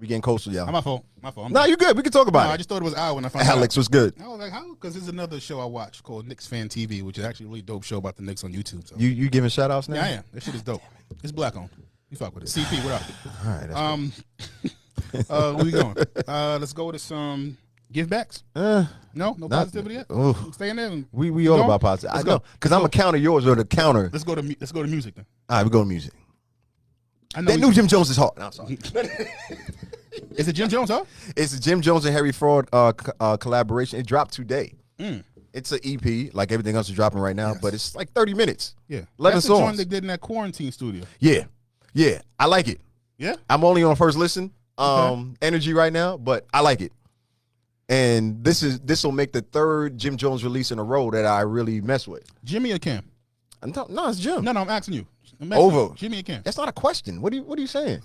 S1: we getting coastal, y'all.
S2: I'm my fault. My fault. I'm
S1: no, you good. We can talk
S2: no,
S1: about
S2: I
S1: it.
S2: just thought it was I when I found out.
S1: Alex was good.
S2: I was like, how? Because there's another show I watch called Knicks Fan TV, which is actually a really dope show about the Knicks on YouTube. So.
S1: You you giving shout outs now?
S2: yeah, I am. That shit is dope. It's black owned. You fuck with it. CP, what up?
S1: All right. That's
S2: Um, uh, where we going? Uh, let's go to some give backs.
S1: cool. Eh,
S2: No, no
S1: Not-
S2: positivity yet.
S1: Oof.
S2: Stay in there. and-
S1: we we all
S2: Go on.
S1: about positive. I
S2: Let's
S1: know
S2: go.
S1: because I'm a counter yours or the counter.
S2: Let's go to mu- let's go to music then.
S1: All right, we go to music.
S2: I know.
S1: That new
S2: we-
S1: Jim Jones is hard. No, I'm sorry.
S2: Is it Jim Jones? Huh?
S1: It's the Jim Jones and Harry Fraud uh, c- uh, collaboration. It dropped today.
S2: Mm.
S1: It's an EP, like everything else is dropping right now, but it's like 30 minutes.
S2: Yeah.
S1: 11
S2: That's the joint
S1: songs.
S2: they did in that quarantine studio.
S1: Yeah. Yeah. I like it.
S2: Yeah.
S1: I'm only on first listen um, energy right now, but I like it. And this is this will make the third Jim Jones release in a row that I really mess with.
S2: Jimmy or Cam?
S1: I'm talking, no, it's Jim.
S2: No, no. I'm asking you. I'm asking
S1: Over.
S2: you. Jimmy or Cam?
S1: That's not a question. What are you What are you saying?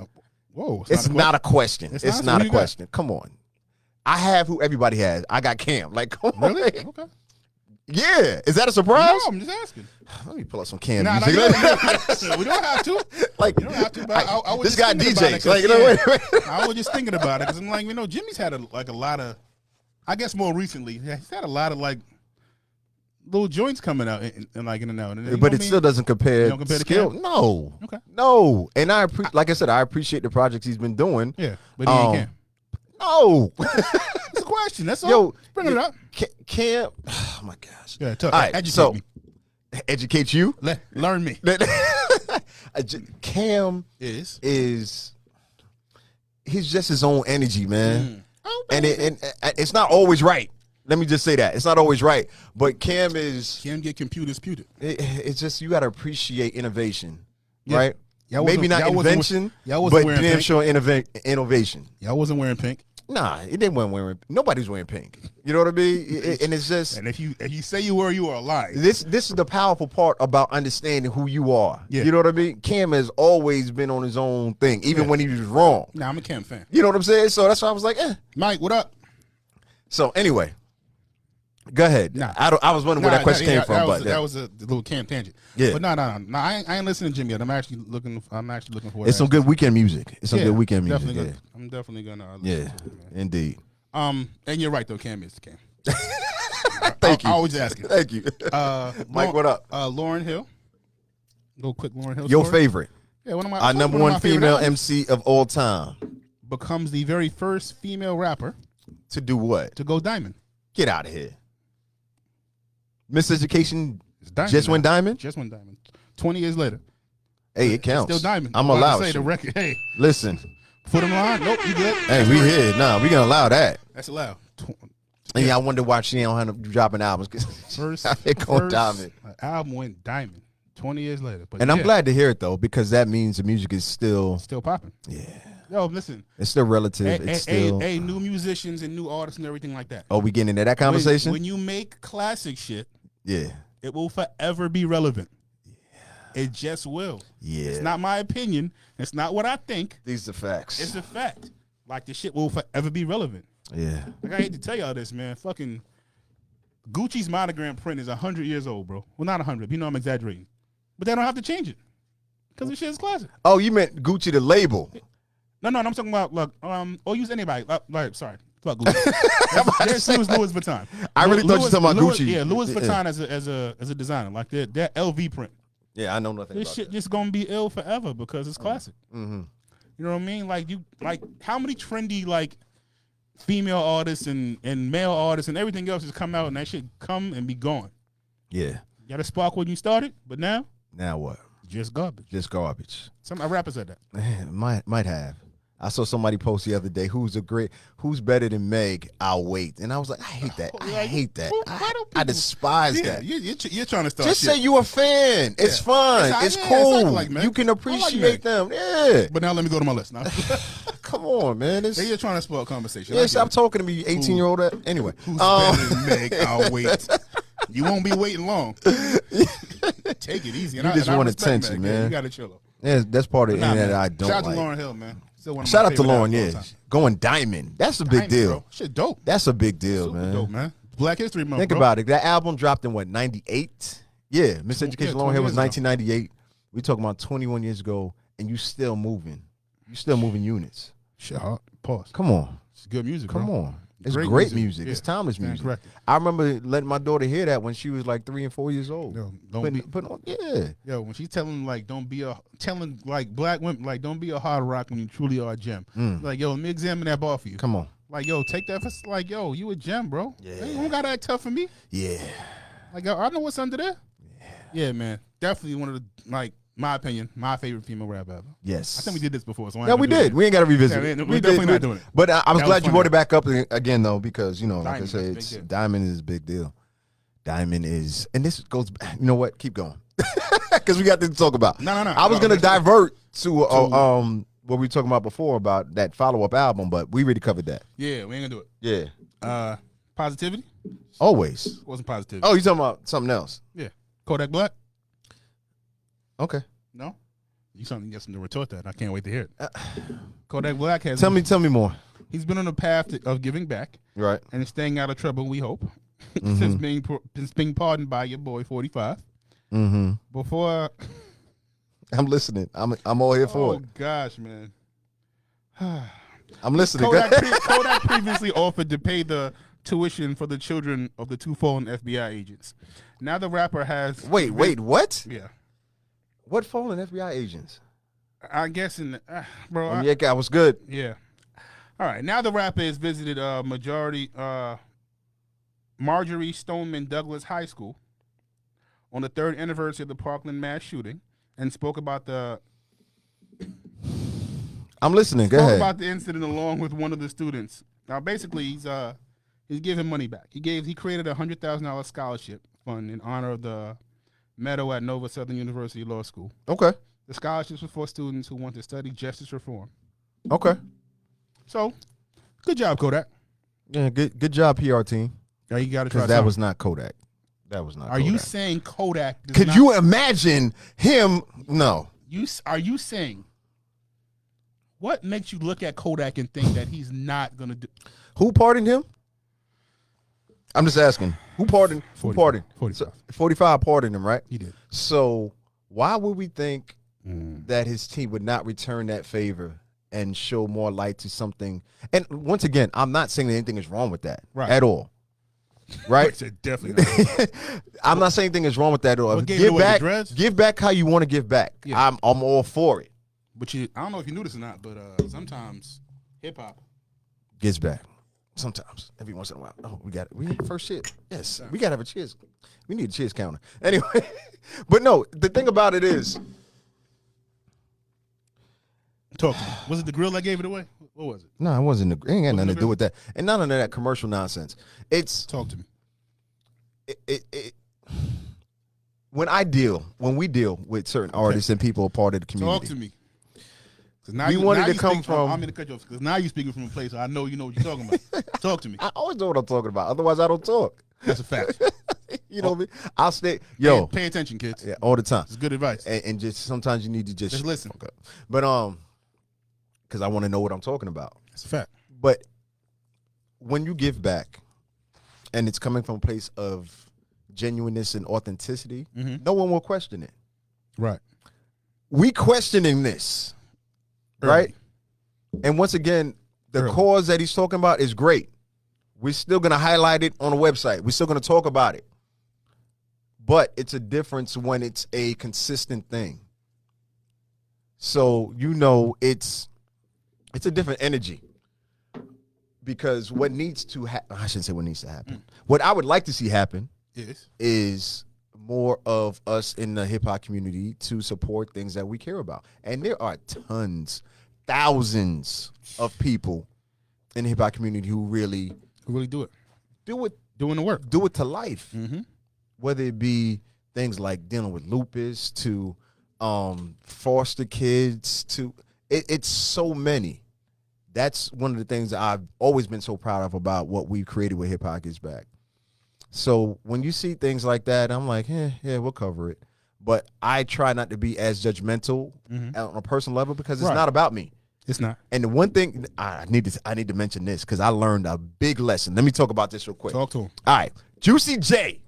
S2: Whoa.
S1: It's not a question.
S2: It's
S1: It's,
S2: not? So
S1: not,
S2: who
S1: a
S2: you got?
S1: question. Come on. I have who everybody has. I got Cam. Like, come on.
S2: Really? Okay.
S1: Yeah. Is that a surprise?
S2: No, I'm just asking.
S1: Let me pull up some Cam
S2: Nah, nah,
S1: music.
S2: you don't- we don't have to.
S1: like,
S2: You don't have to. But I, I, I was
S1: this
S2: just
S1: guy
S2: thinking about it
S1: DJs.
S2: 'cause,
S1: Like, you know,
S2: yeah,
S1: wait, wait.
S2: I was just thinking about it because I'm like, you know, Jimmy's had a, like a lot of, I guess more recently, yeah, he's had a lot of like little joints coming out and, and like in and out. And, you know
S1: but
S2: what
S1: it
S2: I
S1: still
S2: mean?
S1: doesn't compare.
S2: You don't compare to
S1: skill.
S2: Cam?
S1: No.
S2: Okay.
S1: No. And I appre- like I said, I appreciate the projects he's been doing.
S2: yeah, but he
S1: Um,
S2: ain't can.
S1: No.
S2: It's a question. That's all.
S1: Yo,
S2: bring it
S1: yo-
S2: up.
S1: Ca- Cam. Oh my gosh.
S2: Yeah, tough.
S1: All right.
S2: Educate
S1: so
S2: me.
S1: educate you.
S2: Le- learn me.
S1: I ju- Cam
S2: Is
S1: is he's just his own energy, man.
S2: Hmm.
S1: And it, and uh, it's not always right. Let me just say that. It's not always right. But Cam is
S2: can get computers puted.
S1: it, it's just you got to appreciate innovation,
S2: Yeah.
S1: right?
S2: Y'all wasn't-
S1: Maybe not
S2: y'all wasn't-
S1: invention,
S2: y'all wasn't
S1: but
S2: wearing
S1: damn
S2: pink.
S1: sure innova- innovation.
S2: Y'all wasn't wearing pink.
S1: Nah, it didn't wear wearing. Nobody's wearing pink. You know what I mean? It- it- and it's just
S2: And if you if you say you were, you are a liar.
S1: this. This is the powerful part about understanding who you are.
S2: Yeah.
S1: You know what I mean? Cam has always been on his own thing, even when he was wrong.
S2: Nah, I'm a Cam fan.
S1: You know what I'm saying? So that's why I was like, eh.
S2: Mike, what up?
S1: So anyway, go ahead.
S2: Nah.
S1: I don't. I was wondering where that question
S2: yeah,
S1: came
S2: that
S1: from,
S2: was,
S1: but
S2: that was a little Cam tangent.
S1: Yeah.
S2: but no, no, no, no. I ain't, I ain't listening to Jimmy yet. I'm actually looking. I'm actually looking for.
S1: it's some
S2: that.
S1: good weekend music. It's some
S2: Yeah,
S1: good weekend music.
S2: Definitely gonna, I'm definitely gonna. Uh,
S1: yeah,
S2: listen
S1: yeah,
S2: to it, man.
S1: indeed.
S2: Um, and you're right though. Cam is Cam.
S1: Thank
S2: I,
S1: you.
S2: I always ask it.
S1: Thank you,
S2: Uh,
S1: Mike.
S2: Lauren-
S1: What up?
S2: Uh, Lauren Hill. Go quick, Lauren Hill.
S1: Your
S2: story.
S1: favorite,
S2: Yeah, one Uh, of my
S1: our
S2: one
S1: number
S2: of my
S1: one
S2: favorite
S1: female
S2: actors.
S1: MC of all time.
S2: becomes the very first female rapper
S1: To do what?
S2: to go diamond.
S1: Get out of here. Miseducation
S2: It's diamond
S1: just went
S2: now.
S1: diamond.
S2: Just went diamond. Twenty years later,
S1: Hey, it counts.
S2: still diamond.
S1: I'm
S2: About to
S1: allowed.
S2: Say the
S1: you.
S2: record. Hey,
S1: Listen,
S2: foot in line. Nope, you good.
S1: hey, we here. Nah, we gonna allow that.
S2: That's allowed. Tw-
S1: And y'all wonder why she don't have to drop an album.
S2: First,
S1: it going
S2: first
S1: diamond.
S2: album went diamond. Twenty years later, but
S1: And I'm
S2: yeah,
S1: glad to hear it though, because that means the music is still
S2: still popping.
S1: yeah.
S2: Yo, listen,
S1: It's still relative.
S2: hey,
S1: it's
S2: hey, hey,
S1: still uh,
S2: hey, new musicians and new artists and everything like that.
S1: Oh, we getting into that
S2: When-
S1: conversation?
S2: When, you make classic shit,
S1: yeah.
S2: it will forever be relevant. It just will.
S1: Yeah.
S2: It's not my opinion. It's not what I think.
S1: These are facts.
S2: It's a fact. Like the shit will forever be relevant.
S1: yeah.
S2: Like I hate to tell y'all this, man. Fucking Gucci's monogram print is hundred years old, bro. Well, not hundred. You know I'm exaggerating, but they don't have to change it because the shit is classic.
S1: Oh, you meant Gucci the label.
S2: No, no, no, I'm talking about look. Um, or use anybody. Uh, like, sorry, fuck Gucci. There's Louis, Louis Vuitton.
S1: I really thought you were talking about
S2: Louis-
S1: Gucci.
S2: Yeah, Louis
S1: Yeah.
S2: Vuitton as a as a as a designer, like their their LV print.
S1: Yeah, I know nothing
S2: This shit just gonna be ill forever because it's classic.
S1: Mm-hmm.
S2: You know what I mean? Like you like how many trendy like female artists and and male artists and everything else has come out and that shit come and be gone.
S1: Yeah.
S2: You got a spark when you started, but now
S1: Now what?
S2: just garbage.
S1: Just garbage.
S2: Some a rapper said that.
S1: might might have. I saw somebody post the other day who's a great who's better than Meg, I'll wait. And I was like, I hate that. I
S2: Like,
S1: hate that.
S2: who- why
S1: I,
S2: don't
S1: I
S2: people-
S1: despise
S2: yeah,
S1: that.
S2: you, you're, tr- you're trying to start.
S1: Just
S2: shit.
S1: say you a fan. It's
S2: Yeah.
S1: fun.
S2: It's-
S1: It's,
S2: yeah, it's
S1: cool.
S2: not like Meg.
S1: you can
S2: I like
S1: appreciate
S2: Meg.
S1: them. Yeah.
S2: but now let me go to my list. Now
S1: Come on, man. It's,
S2: Hey, you're trying to spoil conversation.
S1: yeah,
S2: I
S1: stop
S2: get it.
S1: talking to me, eighteen year old. Anyway,
S2: Who's
S1: um,
S2: better than Meg? I'll wait. You won't be waiting long. Take it easy. And
S1: You
S2: I,
S1: just
S2: and I
S1: want
S2: respect
S1: attention,
S2: Meg. Yeah,
S1: man.
S2: you got to chill. out.
S1: yeah, that's part of the
S2: Nah,
S1: internet
S2: man.
S1: I don't
S2: Shout out
S1: like.
S2: to Lauren Hill, man. Still one of
S1: Shout
S2: my
S1: out to
S2: favorite
S1: Lauren.
S2: actors of
S1: Yeah,
S2: all time.
S1: going diamond. That's a big
S2: Diamond,
S1: deal.
S2: bro. Shit, dope.
S1: That's a big deal,
S2: Super
S1: man.
S2: dope, man. Black History Month.
S1: Think
S2: bro.
S1: about it. That album dropped in what ninety eight. Yeah,
S2: Yeah,
S1: Miseducation
S2: 20
S1: Lauren Hill was
S2: years ago.
S1: nineteen ninety eight. We talking about twenty one years ago, and you still moving. You still moving units.
S2: Shit, hard. Pause.
S1: Come on,
S2: It's good music.
S1: come
S2: bro.
S1: on. It's great,
S2: Great
S1: music.
S2: music. Yeah.
S1: It's timeless
S2: Stand
S1: music.
S2: corrected.
S1: I remember letting my daughter hear that when she was like three and four years old.
S2: Yo, don't
S1: Putting-
S2: be,
S1: putting on, yeah.
S2: yo, when she's telling like, don't be a telling like black women like, don't be a hard rock when you truly are a gem. Like, yo, let me examine that ball for you.
S1: Mm. Come on.
S2: Like, yo, take that for like, yo, you a gem, bro.
S1: Yeah.
S2: You don't gotta act tough for me.
S1: Yeah.
S2: Like I I know what's under there. Yeah. man. Definitely one of the like my opinion, my favorite female rapper ever.
S1: Yes.
S2: I think we did this before. So I
S1: Yeah,
S2: ain't
S1: we
S2: gonna do
S1: did.
S2: it
S1: We ain't got to revisit.
S2: Yeah,
S1: it.
S2: we-
S1: we
S2: we
S1: did-
S2: definitely
S1: we-
S2: not doing it.
S1: But I, I was
S2: That was
S1: glad you
S2: funny,
S1: brought it back up a- again, though, because you know, like I
S2: Diamond,
S1: said,
S2: big
S1: it's,
S2: deal.
S1: diamond is a big deal. Diamond is, and this goes. You know what? Keep going, because we got things to talk about.
S2: No, no, no.
S1: I was
S2: No,
S1: gonna
S2: that's-
S1: divert to, uh,
S2: To-
S1: um what we were talking about before about that follow up album, but we already covered that.
S2: Yeah, we ain't gonna do it.
S1: Yeah,
S2: Uh positivity?
S1: always.
S2: Wasn't positivity.
S1: Oh, you talking about something else?
S2: Yeah. Kodak Black?
S1: Okay.
S2: No? You something get something to retort that. I can't wait to hear it. Kodak Black has
S1: Tell me, tell me more.
S2: he's been on a path to, of giving back
S1: Right.
S2: and staying out of trouble, we hope. since being pro- since being pardoned by your boy forty five.
S1: Mm-hmm.
S2: Before
S1: I'm listening. I'm I'm all here for
S2: Oh
S1: it.
S2: gosh, man.
S1: I'm listening.
S2: Oh, Kodak, pre- Kodak previously offered to pay the tuition for the children of the two fallen FBI agents. Now the rapper has
S1: wait, wait, what?
S2: yeah.
S1: What fallen FBI agents?
S2: I guess in uh, bro, I-
S1: Um, yeah, guy was good.
S2: yeah. All right, now the rapper has visited uh, majority uh, Marjorie Stoneman Douglas High School on the third anniversary of the Parkland mass shooting and spoke about the
S1: I'm listening. Go
S2: spoke
S1: ahead.
S2: about the incident along with one of the students. Now, basically, he's uh he's giving money back. He gave he created a hundred thousand dollar scholarship fund in honor of the medal at Nova Southern University Law School.
S1: okay.
S2: The scholarships were for students who want to study justice reform.
S1: Okay.
S2: So, Good job, Kodak.
S1: Yeah, good good job, PR team.
S2: Now you got to try
S1: Because that
S2: something.
S1: was not Kodak. That was not.
S2: Are
S1: Kodak.
S2: you saying Kodak? does
S1: Could
S2: not-
S1: you imagine him? No.
S2: You s- are you saying? What makes you look at Kodak and think that he's not gonna do?
S1: Who pardoned him? I'm just asking. Who pardoned? Who
S2: 45.
S1: pardoned?
S2: 45.
S1: So, 45 pardoned him, right?
S2: He did.
S1: So why would we think
S2: Mm.
S1: that his team would not return that favor and show more light to something? And once again, I'm not saying that anything is wrong with that
S2: Right.
S1: at all. Right?
S2: It's a definitely. not.
S1: I'm not saying anything is wrong with that at all.
S2: What gave it
S1: give
S2: away, the
S1: back,
S2: dreads?
S1: give back how you want to give back.
S2: Yeah.
S1: I'm I'm all for it.
S2: but you, I don't know if you knew this or not, but uh, sometimes hip hop.
S1: Gives back. Sometimes, every once in a while. Oh, we got it. We need first shit. Yes, we gotta have a cheers. We need a cheers counter. Anyway, but no, the thing about it is,
S2: Talk. To me. Was it the grill that gave it away? What was it?
S1: no, it wasn't. It ain't got nothing to
S2: the-
S1: do with that, and none of that commercial nonsense. It's
S2: Talk to me.
S1: it, it, it when I deal, when we deal with certain artists and people a part of the
S2: Talk
S1: community,
S2: to me. 'Cause now
S1: We wanted to
S2: speak-
S1: come
S2: I'm-
S1: from-
S2: I'm going to cut you off because now you're speaking from a place I know you know what you're talking about. Talk to me.
S1: I always know what I'm talking about. Otherwise, I don't talk.
S2: That's a fact.
S1: you know
S2: Oh.
S1: what I mean? I'll stay, yo,
S2: pay, pay attention, kids.
S1: yeah, all the time.
S2: It's good advice.
S1: And, and just sometimes you need to just,
S2: Just listen.
S1: fuck up. But um, because I want to know what I'm talking about.
S2: That's a fact.
S1: But when you give back, and it's coming from a place of genuineness and authenticity,
S2: Mhm.
S1: no one will question it.
S2: Right.
S1: We questioning this, right? And once again, the
S2: Early.
S1: cause that he's talking about is great. We're still going to highlight it on the website. We're still going to talk about it. But it's a difference when it's a consistent thing. So, you know, it's it's a different energy. Because what needs to happen, I shouldn't say what needs to happen. What I would like to see happen
S2: Yes.
S1: is more of us in the hip hop community to support things that we care about. And there are tons, thousands of people in the hip hop community who really
S2: Who really do it?
S1: do it
S2: Doing the work.
S1: do it to life.
S2: Mhm.
S1: Whether it be things like dealing with lupus to um foster kids to it, it's so many. That's one of the things that I've always been so proud of about what we created with Hip Hop Gets Back. So when you see things like that, I'm like, eh, yeah, we'll cover it. But I try not to be as judgmental on a personal level because it's
S2: Mm-hmm. Right.
S1: not about me.
S2: It's not.
S1: And the one thing I need to I need to mention this because I learned a big lesson. Let me talk about this real quick.
S2: Talk to him.
S1: All right, Juicy J.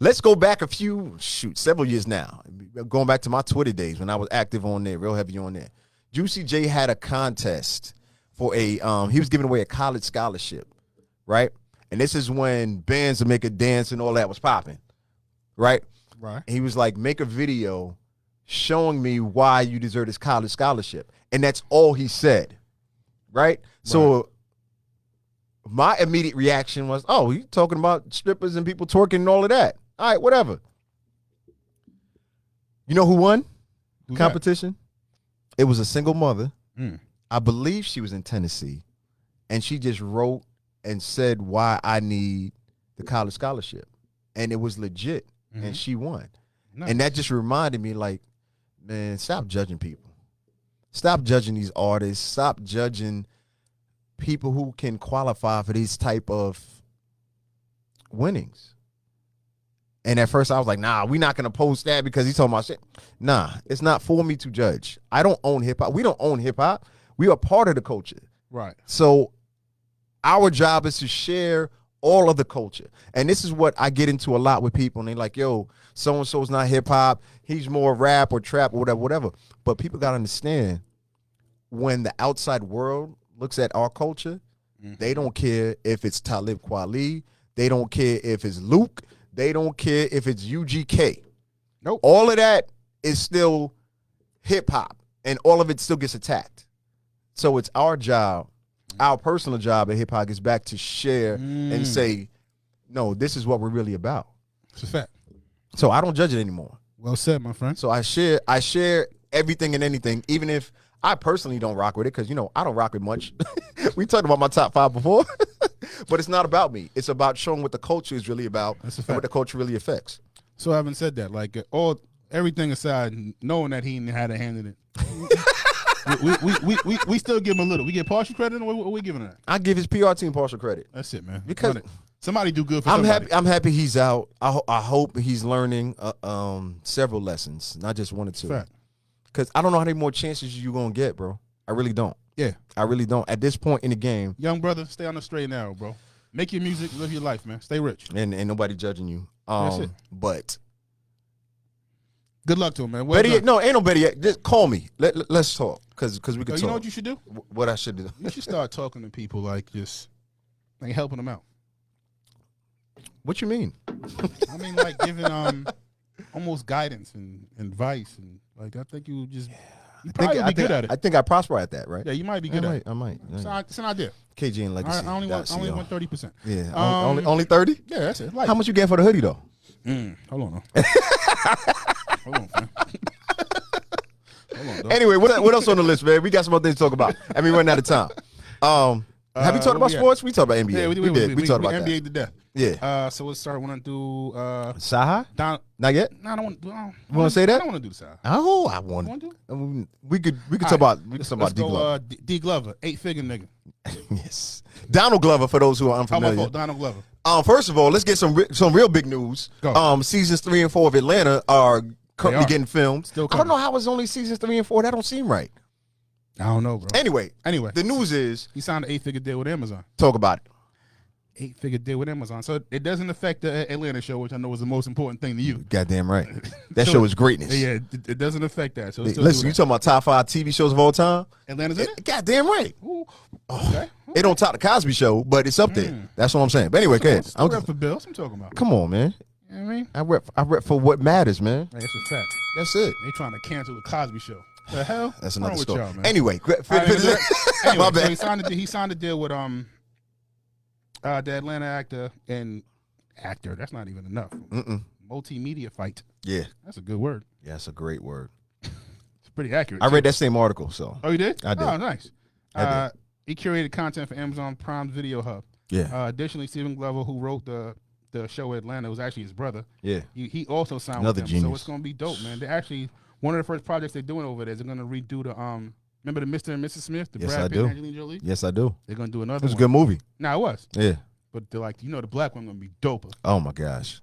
S1: Let's go back a few shoot several years now. Going back to my Twitter days when I was active on there, real heavy on there. Juicy J had a contest for a um, he was giving away a college scholarship, right? And this is when bands to make a dance and all that was popping, right?
S2: Right.
S1: He was like, make a video showing me why you deserve this college scholarship. And that's all he said. Right? So my immediate reaction was, oh, you talking about strippers and people twerking and all of that. All right, whatever. You know who won
S2: Who's that?
S1: competition? It was a single mother.
S2: Mm.
S1: I believe she was in Tennessee. And she just wrote and said why I need the college scholarship. And it was legit.
S2: Mm-hmm.
S1: And she won.
S2: Nice.
S1: Mm-hmm. And that just reminded me, like, man, stop judging people. Stop judging these artists. Stop judging people who can qualify for these type of winnings. And at first I was like, nah, we're not gonna post that because he's talking about shit. Nah, it's not for me to judge. I don't own hip hop. We don't own hip hop. We are part of the culture.
S2: Right.
S1: So our job is to share all of the culture. And this is what I get into a lot with people. And they're like, yo, so and so's not hip hop. He's more rap or trap or whatever, whatever. But people got to understand when the outside world looks at our culture, they don't care if it's Talib Kweli. They don't care if it's Luke. They don't care if it's UGK.
S2: Nope.
S1: All of that is still hip hop, and all of it still gets attacked. So it's our job, our personal job at Hip Hop Gets Back to share and say, no, this is what we're really about.
S2: It's a fact.
S1: So I don't judge it anymore.
S2: Well said, my friend.
S1: So I share, I share everything and anything, even if I personally don't rock with it, because you know I don't rock with much. we talked about my top five before, but it's not about me. It's about showing what the culture is really about
S2: That's a
S1: and what
S2: fact.
S1: the culture really affects.
S2: So having said that, like uh, all everything aside, knowing that he had a hand in it, we, we, we, we, we still give him a little. We get partial credit, or what what we giving him?
S1: I give his PR team partial credit.
S2: That's it, man.
S1: Because-
S2: somebody, somebody do good for
S1: I'm
S2: somebody.
S1: happy. I'm happy he's out. I, ho- I hope he's learning uh, um, several lessons, not just one or two.
S2: Fact.
S1: Because I don't know how many more chances you gonna get, bro. I really don't.
S2: Yeah,
S1: I really don't. At this point in the game,
S2: young brother, stay on the straight and narrow, bro. Make your music, live your life, man. Stay rich.
S1: and ain't nobody judging you.
S2: That's it.
S1: Um, but
S2: Good luck to him, man. Well
S1: better yet,
S2: done.
S1: no, ain't no better yet. Just call me. Let, let us talk, cause cause we
S2: Yo,
S1: can
S2: Oh, you
S1: talk.
S2: know what you should do?
S1: Wh- what I should do.
S2: You should start talking to people like just like helping them out.
S1: What you mean?
S2: I mean, like giving um almost guidance and and advice and like I think you would just you
S1: I
S2: probably
S1: think,
S2: would
S1: I,
S2: be
S1: think,
S2: good at it.
S1: I think I prosper at that, right?
S2: yeah, you might be
S1: I
S2: good at
S1: might.
S2: it.
S1: I might.
S2: It's, an- it's an idea.
S1: KG and
S2: I,
S1: Legacy.
S2: I only want I only
S1: .co.
S2: want thirty percent.
S1: Yeah,
S2: Um,
S1: only only thirty.
S2: Yeah, that's it. Like,
S1: How much you get for the hoodie though?
S2: Mm, hold on. now. hold on. fam. hold on. dog.
S1: Anyway, what what else on the list, man? We got some other things to talk about. I mean, running out of time. Um, have we
S2: Uh,
S1: talked
S2: what
S1: about
S2: we got?
S1: sports? We talked about NBA.
S2: Yeah,
S1: we, did. We, talked about
S2: NBA to death.
S1: that. Yeah.
S2: Uh, so let's start. Want to do uh,
S1: Saha?
S2: Don?
S1: Not yet.
S2: No, I don't want. to
S1: wanna say that?
S2: I don't want to do the side.
S1: Oh, I want.
S2: Want to?
S1: Um, We could we could
S2: All
S1: talk
S2: right.
S1: about we could talk
S2: Let's
S1: about D
S2: go,
S1: Glover.
S2: uh, D- D Glover, eight figure nigga.
S1: yes, Donald Glover. For those who are
S2: Oh, my
S1: unfamiliar,
S2: fault, Donald Glover.
S1: Um, first of all, let's get some re- some real big news.
S2: Go.
S1: Um, seasons three and four of Atlanta are currently
S2: are.
S1: getting filmed.
S2: Still
S1: I don't
S2: coming.
S1: know how it's only seasons three and four. That don't seem right.
S2: I don't know, bro.
S1: Anyway,
S2: Anyway,
S1: the news is
S2: he signed an eight figure deal with Amazon.
S1: talk about it.
S2: Eight figure deal with Amazon. So it doesn't affect the Atlanta show, which I know is the most important thing to you.
S1: Goddamn right. That
S2: So-
S1: show is greatness.
S2: Yeah, it, it doesn't affect that. So
S1: Hey,
S2: still
S1: Listen,
S2: do
S1: you
S2: that.
S1: talking about top five TV shows of all time?
S2: Atlanta's in it. Oh.
S1: Goddamn right. Oh.
S2: Ooh, okay.
S1: It don't top the Cosby Show, but it's up
S2: Mm.
S1: there. That's what I'm saying. But anyway, go ahead.
S2: I'm
S1: I'm-
S2: rep for Bill. That's what I'm talking about.
S1: come on, man.
S2: You know what I mean?
S1: I rep. I rep for what matters, man.
S2: Like, that's a fact.
S1: That's it.
S2: They trying to cancel the Cosby Show. The hell?
S1: That's
S2: What's
S1: another
S2: wrong with
S1: story.
S2: y'all, man?
S1: Anyway, gra-
S2: All right,
S1: anyway,
S2: anyway,
S1: my
S2: so he
S1: bad.
S2: signed a, he signed a deal with um uh the Atlanta actor and actor. That's not even enough.
S1: Mm-mm.
S2: Multimedia fight.
S1: Yeah,
S2: That's a good word.
S1: yeah, that's a great word.
S2: It's pretty accurate.
S1: I read that same article, so
S2: oh, you did?
S1: I did.
S2: Oh, nice.
S1: I did.
S2: Uh, he curated content for Amazon Prime's Video Hub.
S1: yeah,
S2: Uh, additionally, Stephen Glover, who wrote the the show Atlanta, was actually his brother.
S1: yeah.
S2: He, he also signed
S1: Another
S2: with them, so
S1: genius.
S2: it's gonna be dope, man. They're actually one of the first projects they're doing over there is they're gonna redo the um. Remember the Mr. and Mrs. Smith, the
S1: Yes, I
S2: Brad Pitt,
S1: do.
S2: and Angelina Jolie.
S1: Yes, I do.
S2: They're gonna do
S1: It
S2: another.
S1: was a
S2: one.
S1: good movie.
S2: Nah, it was.
S1: Yeah.
S2: But they're like, you know, the black one gonna be doper.
S1: Oh my gosh.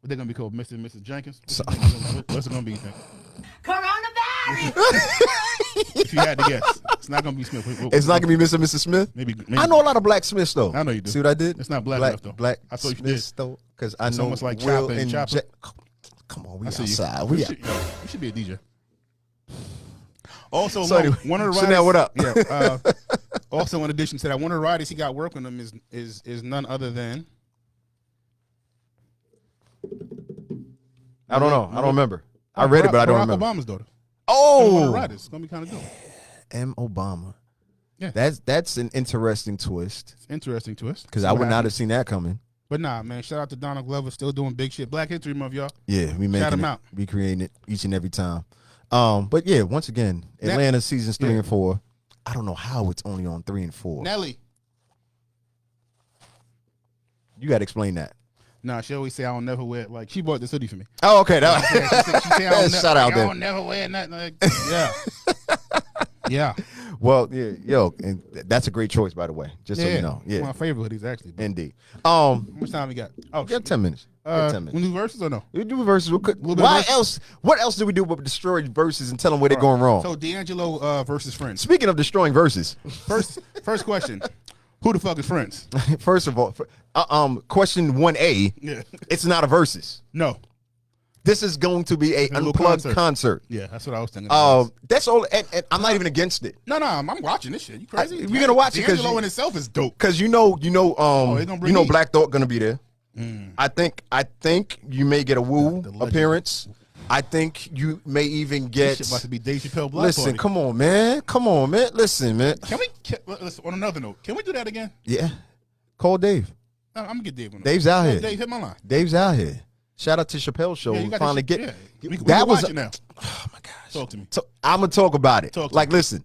S2: But they're gonna be called Mr. and Mrs. Jenkins.
S1: So-
S2: What's it gonna be? You think?
S3: Coronavirus!
S2: If you had to guess, it's not gonna be Smith. Wait, wait,
S1: It's not gonna be Mr. and Mrs. Smith.
S2: Maybe, maybe.
S1: I know a lot of black Smiths though.
S2: I know you do.
S1: See what I did?
S2: It's not black,
S1: black
S2: enough though.
S1: Black
S2: I thought you
S1: Smiths though, because I know
S2: almost like
S1: Will
S2: Chopper and
S1: and
S2: Chopper.
S1: Jack. Come on, we
S2: I see you.
S1: outside.
S2: You
S1: We out.
S2: should, you should be a DJ. Also,
S1: So
S2: one-
S1: anyway,
S2: one of the
S1: so
S2: writers,
S1: now what up?
S2: Yeah. Uh, also, in addition to that, one of the writers he got working on him is is is none other than
S1: I don't know. I don't remember. I read it, but I don't
S2: Barack
S1: remember.
S2: Obama's daughter. One of the
S1: Oh,
S2: writers. It's gonna be kind of dope.
S1: M. Obama.
S2: Yeah.
S1: That's that's an interesting twist
S2: It's interesting to us
S1: because I would not have seen that coming.
S2: But nah, man. Shout out to Donald Glover, still doing big shit. Black History Month, y'all.
S1: Yeah, we making
S2: him
S1: it,
S2: out.
S1: we creating it each and every time. Um, but yeah, once again,
S2: Now-
S1: Atlanta seasons three
S2: Yeah.
S1: and four. I don't know how it's only on three and four.
S2: Nelly.
S1: you got to explain that.
S2: Nah, she always say I'll never wear it. Like she bought this hoodie for me.
S1: Oh, okay. that-
S2: Yeah, she say, she say, I'll ne-
S1: Shout out
S2: like,
S1: there.
S2: I'll never wear nothing. Like, yeah. yeah.
S1: well, yeah, yo, and th- that's a great choice, by the way. Just so
S2: yeah.
S1: you know,
S2: One
S1: yeah,
S2: of my favorite hoodies actually. How
S1: indeed. Um,
S2: much time we got? Oh,
S1: we got ten minutes. We got
S2: uh,
S1: ten
S2: we
S1: minutes.
S2: do verses or no?
S1: We do verses. We could,
S2: Little bit of
S1: why
S2: verses.
S1: else? What else do we do but destroy verses and tell them where they're going wrong?
S2: So D'Angelo uh, versus Friends.
S1: Speaking of destroying verses,
S2: First, first question: Who the fuck is Friends?
S1: first of all, f- uh, um, question one A.
S2: Yeah.
S1: It's not a versus.
S2: No.
S1: This is going to be a,
S2: A little
S1: unplugged
S2: concert.
S1: concert.
S2: Yeah, that's what I was thinking.
S1: Um, that's all, and, and I'm not even against it
S2: no, no, I'm, I'm watching this shit. You
S1: I-
S2: crazy?
S1: we gonna watch it 'cause
S2: D'Angelo
S1: you-
S2: in itself is dope.
S1: because you know, you know,
S2: they
S1: um,
S2: Oh, gonna bring
S1: you know,
S2: heat. Mm.
S1: Black Thought gonna be there. I think, I think you may get a woo
S2: The- the legend.
S1: appearance. I think you may even
S2: This
S1: get.
S2: shit about to be Dave Chappelle. Block
S1: Listen,
S2: party.
S1: come on, man, come on, man. Listen, man.
S2: Can we? Can, let- let's, on another note, can we do that again?
S1: Yeah, call Dave.
S2: I- I'm gonna get Dave on. that.
S1: Dave's out
S2: Hey,
S1: here.
S2: Dave, hit my line.
S1: Dave's out here. Shout out to Chappelle Show.
S2: Yeah, you
S1: We
S2: got
S1: finally
S2: this
S1: get.
S2: shit- Yeah. We, we
S1: that
S2: can
S1: was
S2: watch it now.
S1: Oh my gosh.
S2: Talk to me.
S1: So I'm gonna talk about it.
S2: Talk to
S1: like, listen.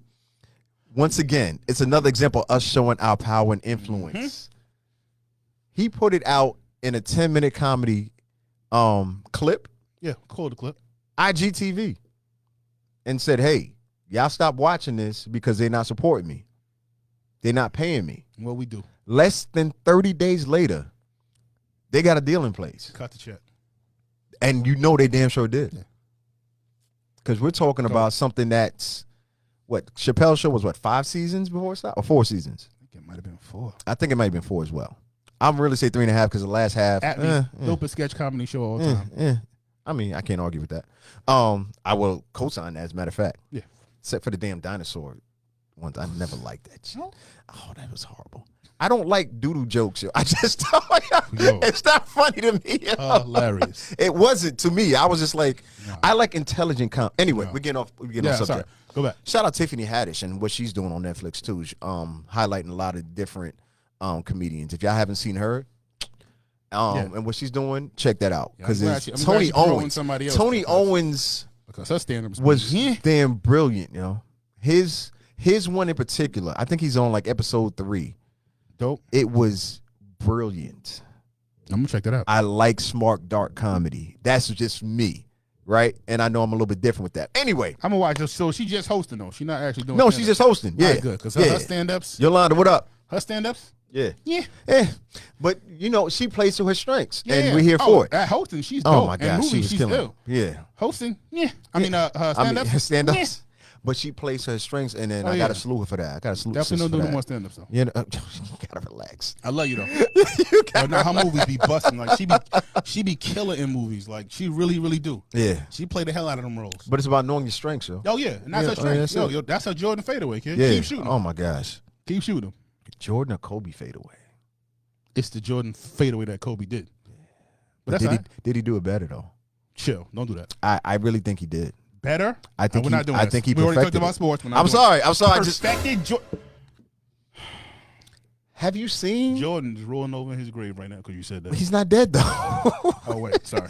S1: Once again, it's another example of us showing our power and influence.
S2: Mm-hmm.
S1: He put it out in a 10 minute comedy um, clip,
S2: Yeah, call the clip.
S1: IGTV, and said, "Hey, Y'all stop watching this because they're not supporting me. They're not paying me.
S2: What we do?
S1: Less than 30 days later, they got a deal in place.
S2: Cut the check.
S1: And you know they damn sure did. Because we're talking about something that's what Chappelle show was what five seasons before it stopped? Or four seasons.
S2: I think it might have been four.
S1: I think it might have been four as well. I'm really say three and a half because the last half
S2: At
S1: eh,
S2: the dopest sketch comedy show of all
S1: eh,
S2: time.
S1: eh. I mean, I can't argue with that. Um, I will co sign that as a matter of fact.
S2: Yeah.
S1: Except for the damn dinosaur ones. I never liked that shit. Oh, that was horrible. I don't like doodle jokes. Yo. I just don't
S2: Yo. Oh,
S1: it's not funny to me. yo.
S2: Hilarious.
S1: It wasn't to me. I was just like,
S2: No.
S1: I like intelligent com. Anyway,
S2: No.
S1: we're getting off. We're getting
S2: yeah,
S1: off subject.
S2: sorry. Go back.
S1: Shout out Tiffany Haddish and what she's doing on Netflix too. sh- Um, highlighting a lot of different um comedians. If y'all haven't seen her, um,
S2: Yeah.
S1: and what she's doing, check that out
S2: Yeah, I'm
S1: because
S2: glad
S1: it's
S2: you- I'm glad
S1: Tony
S2: you threw in
S1: Owens.
S2: somebody else
S1: Tony
S2: because-
S1: Owens
S2: Because her stand-up
S1: was
S2: yeah.
S1: damn brilliant. You know, his his one in particular. I think he's on like episode three.
S2: dope.
S1: It was brilliant.
S2: I'm gonna check that out.
S1: I like smart dark comedy. That's just me, right? And I know I'm a little bit different with that. Anyway,
S2: I'm gonna watch her. So she just hosting though. She's not actually doing.
S1: no, she's
S2: stand-up.
S1: just hosting.
S2: All
S1: Yeah,
S2: right, good. Because her,
S1: yeah.
S2: stand-ups,
S1: Yolanda, what up?
S2: her stand-ups,
S1: Yeah.
S2: yeah,
S1: Eh, but you know, she plays to her strengths,
S2: yeah.
S1: and we're here
S2: oh,
S1: for it.
S2: At hosting, she's dope.
S1: Oh my
S2: And
S1: gosh,
S2: movies,
S1: she was
S2: she's
S1: killing. it.
S2: ill.
S1: Yeah,
S2: Hosting, yeah. I mean, uh, her
S1: I mean
S2: stand-ups,
S1: her stand
S2: yeah.
S1: ups. But she plays her strengths, and then
S2: Oh,
S1: I got to
S2: yeah.
S1: salute her for that. I got to salute.
S2: Definitely
S1: sis
S2: don't
S1: for
S2: do no
S1: that.
S2: more stand-ups though.
S1: You, know, you gotta relax.
S2: I love you though. But now her movies be busting. Like she be, she be killer in movies. Like she really, really do.
S1: Yeah,
S2: She played the hell out of them roles.
S1: but it's about knowing your strengths, yo.
S2: Oh yeah, and
S1: Yeah,
S2: that's her
S1: oh,
S2: strength.
S1: that's
S2: yo,
S1: it.
S2: yo, that's her Jordan fadeaway, kid.
S1: Yeah.
S2: Keep shooting.
S1: Oh my gosh,
S2: Keep shooting.
S1: Jordan or Kobe fadeaway.
S2: It's the Jordan fadeaway that Kobe did. But
S1: But
S2: that's
S1: did he
S2: all right.
S1: did he do it better though?
S2: chill. Don't do that.
S1: I, I really think he did.
S2: Better.
S1: I think
S2: we're
S1: he-
S2: not doing
S1: I
S2: this.
S1: think he
S2: we already talked
S1: perfected
S2: about
S1: it.
S2: sports.
S1: I'm sorry. I'm sorry. I just
S2: Perfected jo-
S1: have you seen?
S2: Jordan's rolling over in his grave right now because you said that.
S1: He's not dead though.
S2: Oh wait, sorry.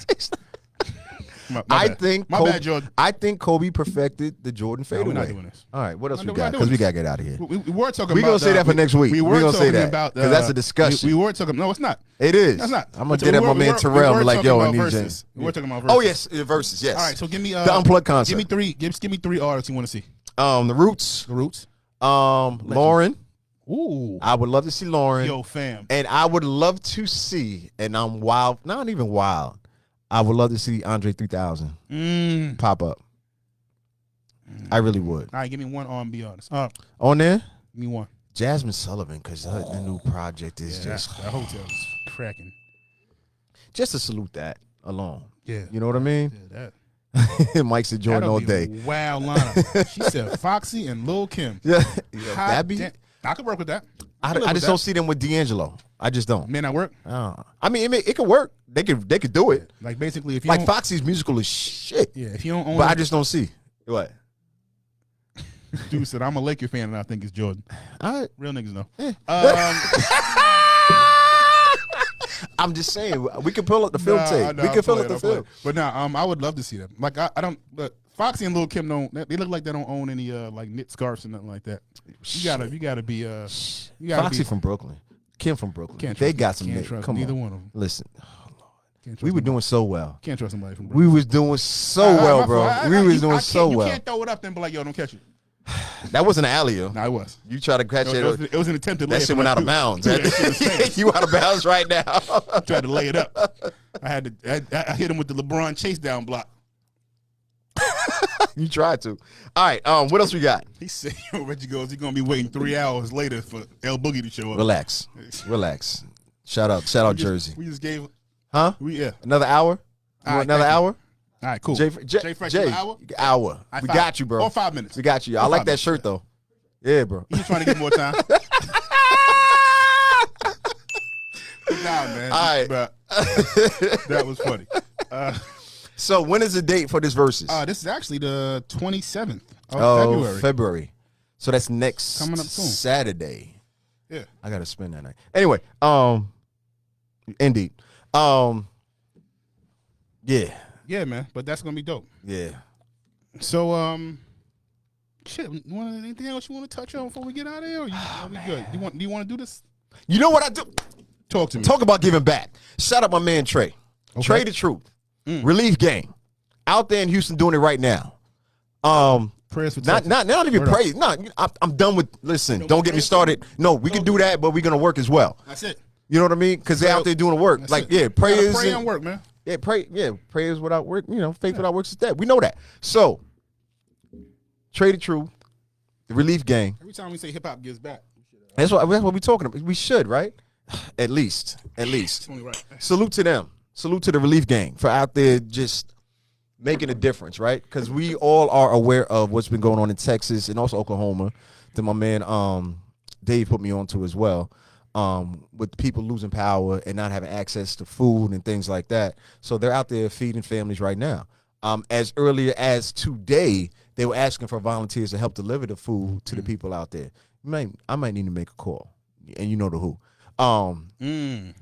S2: My- my
S1: I
S2: bad.
S1: think
S2: my
S1: Kobe,
S2: bad, Jordan.
S1: I think Kobe perfected the Jordan
S2: No, we're
S1: fadeaway.
S2: not doing this.
S1: All right, what else we
S2: We're not-
S1: got?
S2: we're not
S1: Because we gotta
S2: doing
S1: get out of here.
S2: We, we we were talking.
S1: We
S2: about
S1: gonna say
S2: the-
S1: that for next week.
S2: We
S1: We
S2: were
S1: gonna say
S2: talking
S1: that,
S2: about
S1: 'cause that's a
S2: uh,
S1: discussion.
S2: We, we were talking. No, it's not.
S1: It is.
S2: That's not.
S1: I'm gonna
S2: We're ta-
S1: get at
S2: we
S1: my
S2: were- we
S1: man
S2: were-
S1: Terrell.
S2: we
S1: and
S2: were
S1: be like,
S2: talking
S1: yo, I
S2: about
S1: need
S2: verses.
S1: you.
S2: We were talking about
S1: Oh
S2: verses.
S1: yes, the verses. Yes.
S2: All right, so give me uh,
S1: the unplugged concert.
S2: Give me three. Give, give me three artists you want to see.
S1: um, the Roots.
S2: The Roots.
S1: Um, Lauren.
S2: Ooh.
S1: I would love to see Lauren.
S2: Yo, fam.
S1: And I would love to see, and I'm wild, not even wild. I would love to see Andre 3000
S2: Mm.
S1: pop up. I really would.
S2: All right, give me one R&B artist. Uh,
S1: On there,
S2: give me one.
S1: Jasmine Sullivan, because her the new project is
S2: Oh, Yeah,
S1: just
S2: that, that hotel is cracking.
S1: just to salute that alone.
S2: Yeah.
S1: You know what I mean?
S2: Yeah, that.
S1: Mike's a Jordan
S2: That'll
S1: all
S2: be
S1: day.
S2: a Wild lineup. she said Foxy and Lil Kim.
S1: Yeah,
S2: Hot
S1: that'd be.
S2: damn- I could work with that.
S1: I,
S2: could live
S1: I
S2: with
S1: just
S2: that.
S1: don't see them with D'Angelo. I just don't.
S2: Man, I work.
S1: Uh, I mean, it, may, it could work. They could they could do it.
S2: Like basically, if you
S1: Like
S2: don't,
S1: Foxy's musical is shit,
S2: yeah, if you don't own
S1: but I
S2: but
S1: just don't see what.
S2: a dude said I'm a Laker fan and I think it's Jordan.
S1: I,
S2: Real niggas know.
S1: Eh.
S2: Um,
S1: I'm just saying we could pull up the film
S2: nah,
S1: tape.
S2: nah,
S1: we
S2: I'll
S1: could fill up
S2: play it,
S1: the
S2: I'll play
S1: film.
S2: it. But nah, um, I would love to see them. Like I, I don't. Look, Foxy and Lil Kim don't. They look like they don't own any uh like knit scarves and nothing like that. You gotta, you gotta be uh, you gotta
S1: Foxy
S2: be
S1: from Brooklyn, Kim from Brooklyn.
S2: Can't
S1: they
S2: trust-
S1: got some.
S2: can't
S1: nick.
S2: trust
S1: Come
S2: neither
S1: on,
S2: one of 'em.
S1: listen,
S2: Can't trust
S1: we were
S2: nobody.
S1: doing so well.
S2: Can't trust somebody from Brooklyn.
S1: We was doing so
S2: All right, my
S1: well,
S2: fault.
S1: bro.
S2: I- I-
S1: we
S2: I-
S1: was
S2: you- I
S1: doing
S2: can't-
S1: so
S2: You
S1: well.
S2: can't throw it up and be like, yo, don't catch it.
S1: That wasn't an alley, yo.
S2: Nah, it was.
S1: You try to catch
S2: It was,
S1: it.
S2: it was, it was an attempted
S1: that
S2: layup.
S1: shit went out of bounds. you out of bounds right now.
S2: Tried to lay it up. I had to. I, I hit him with the LeBron chase down block.
S1: You tried to. All right. Um. What else we got?
S2: He said, yo, Reggie goes, you're gonna be waiting three hours later for El Boogie to show up.
S1: Relax. Relax. Shout out. Shout out
S2: We just-
S1: Jersey.
S2: We just gave.
S1: Huh?
S2: We yeah.
S1: Another hour. You
S2: All
S1: want
S2: right,
S1: another
S2: thank you.
S1: hour.
S2: All right, cool.
S1: Jay, Jay, Jay,
S2: Fresh, you an hour.
S1: hour.
S2: High
S1: We
S2: five.
S1: got you, bro.
S2: Or five minutes.
S1: We got you. I
S2: Or
S1: like
S2: five
S1: that
S2: minutes.
S1: shirt though. Yeah, bro.
S2: He's trying to get more time. nah, man.
S1: All right.
S2: Bruh, that was funny. Uh,
S1: so when is the date for this versus?
S2: uh, this is actually the 27th of
S1: oh,
S2: February.
S1: So that's next
S2: Coming up soon.
S1: Saturday.
S2: yeah.
S1: I gotta spend that night. Anyway, um, indeed, um, yeah,
S2: Yeah, man. But that's gonna be dope.
S1: yeah.
S2: So, um, shit. you Want anything else you want to touch on before we get out of here? Or you,
S1: Ah,
S2: are we good? You want? Do you want to do this?
S1: You know what I do?
S2: Talk to me.
S1: Talk about giving back. Shout out my man Trey.
S2: Mm.
S1: Trey the Truth. Relief Gang. Out there in Houston doing it right now. Um,
S2: prayers for
S1: Not,
S2: Texas.
S1: not, not even
S2: Word up.
S1: praise. Not, I'm, I'm done with. Listen,
S2: No
S1: don't
S2: more
S1: get me
S2: praise.
S1: started. No, we can do that, but we're gonna work as well.
S2: That's it.
S1: You know what I mean? Because they're out there doing the work.
S2: That's
S1: Like,
S2: it.
S1: yeah,
S2: You gotta
S1: prayers.
S2: Pray
S1: and-
S2: and work, man.
S1: Yeah, pray. Yeah, prayers without work. You know, faith without works is dead. We know that. So, Trade the Truth, the Relief Gang.
S2: Every time we say hip hop gives back,
S1: That's what that's what we're talking about. We should, right? At least, at least.
S2: it's only right.
S1: Salute to them. Salute to the Relief Gang for out there just making a difference, right? Because we all are aware of what's been going on in Texas and also Oklahoma. That my man um, Dave put me onto as well. Um, with people losing power and not having access to food and things like that, so they're out there feeding families right now. Um, as earlier as today, they were asking for volunteers to help deliver the food to the people out there. You might, I might need to make a call, and you know the who. Um,
S2: Mm.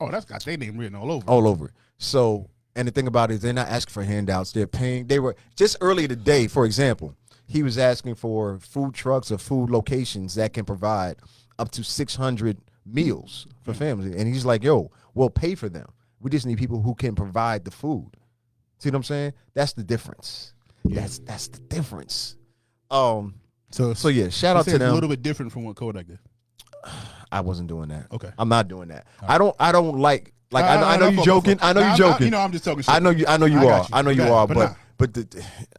S2: Oh, that's got their name written all over.
S1: all over it. So, and the thing about it is they're not asking for handouts. They're paying. They were just earlier today, for example, he was asking for food trucks or food locations that can provide up to 600 meals for families. And he's like, yo, we'll pay for them. We just need people who can provide the food. See what I'm saying? That's the difference. That's that's the difference. Um.
S2: So,
S1: So yeah, shout out to
S2: a
S1: them.
S2: little bit different from what Kodak did.
S1: I wasn't doing that.
S2: Okay.
S1: I'm not doing that. I don't. I don't like. Like I,
S2: Nah,
S1: know,
S2: nah,
S1: I know
S2: nah,
S1: you
S2: fuck,
S1: joking.
S2: fuck.
S1: I know
S2: Nah,
S1: you
S2: I'm-
S1: joking.
S2: you know I'm just talking shit.
S1: I know you. I know you
S2: I got
S1: are.
S2: you.
S1: I know you
S2: But-
S1: are.
S2: but
S1: But
S2: nah.
S1: but the,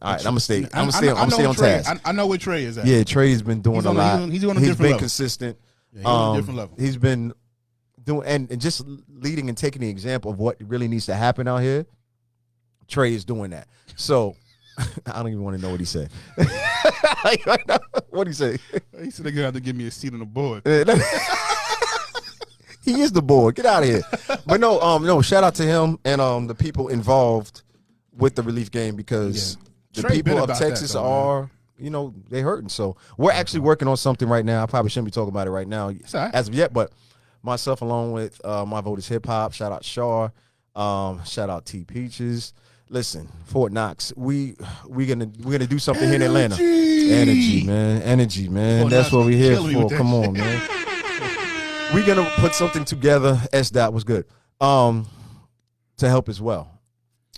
S1: all right. I'm gonna stay. I'm
S2: I- I-
S1: gonna stay. I'm
S2: I
S1: gonna
S2: know
S1: stay on
S2: Trey-
S1: task.
S2: I, I know where Trey is at.
S1: Yeah, Trey's been doing
S2: He's
S1: a
S2: on a-
S1: lot.
S2: he's on- he's on a
S1: he's
S2: different
S1: been
S2: level.
S1: consistent.
S2: Yeah, he's on a
S1: Um,
S2: different level.
S1: He's been doing and, and just leading and taking the example of what really needs to happen out here. Trey is doing that. So I don't even want to know what he said. what he say?
S2: He said they're gonna have to give me a seat on the board.
S1: he is the boy. Get out of here. But no, um, no. Shout out to him and um the people involved with the relief game because
S2: Yeah.
S1: the
S2: Trey been
S1: people of
S2: about that,
S1: Texas
S2: though, man.
S1: are, you know, they hurting. So we're actually working on something right now. I probably shouldn't be talking about it right now
S2: all right.
S1: as of yet, but myself along with uh, my vote is hip hop. Shout out Shaw. Um, shout out T Peaches. Listen, Fort Knox. We we gonna we're gonna do something here in Atlanta.
S2: Energy.
S1: Energy, man. Energy, man.
S2: Fort
S1: That's
S2: Knox
S1: what we're here
S2: killing me
S1: for.
S2: with that
S1: Come
S2: shit.
S1: on, man we're gonna put something together. S dot was good. Um, to help as well.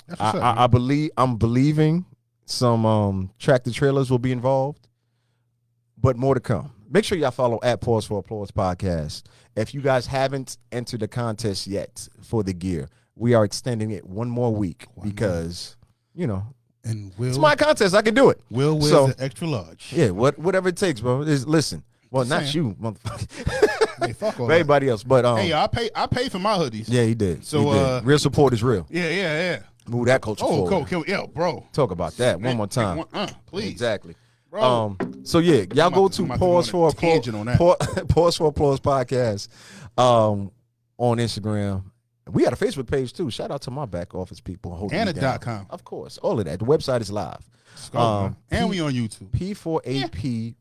S2: That's
S1: I,
S2: what's up.
S1: I, I believe I'm believing some um tractor trailers will be involved, but more to come. Make sure y'all follow at Pause for Applause podcast. If you guys haven't entered the contest yet for the gear, we are extending it one more week because you know
S2: and Will
S1: it's my contest. I can do it.
S2: Will wears
S1: So-
S2: an extra large.
S1: Yeah, what whatever it takes, bro. Is listen. Well, not
S2: Saying.
S1: you, motherfucker.
S2: Hey, fuck all that.
S1: Everybody else, but um,
S2: Hey, I pay. I pay for my hoodies.
S1: yeah, he did.
S2: So,
S1: he did.
S2: uh,
S1: real support is real.
S2: yeah, yeah. yeah.
S1: Move that culture
S2: Oh,
S1: forward.
S2: go, kill, yeah, bro.
S1: Talk about that one more time.
S2: Uh, please.
S1: Exactly.
S2: Bro.
S1: Um, so yeah, y'all go
S2: about to-
S1: to
S2: I'm about to go
S1: pause
S2: on
S1: for
S2: a
S1: applause.
S2: tangent on that.
S1: Pa- pause for applause podcast um, on Instagram. We had a Facebook page too. Shout out to my back office people. holding
S2: And
S1: me
S2: a
S1: down.
S2: dot com.
S1: Of course, all of that. The website is live.
S2: Go,
S1: Um,
S2: man. and we on YouTube.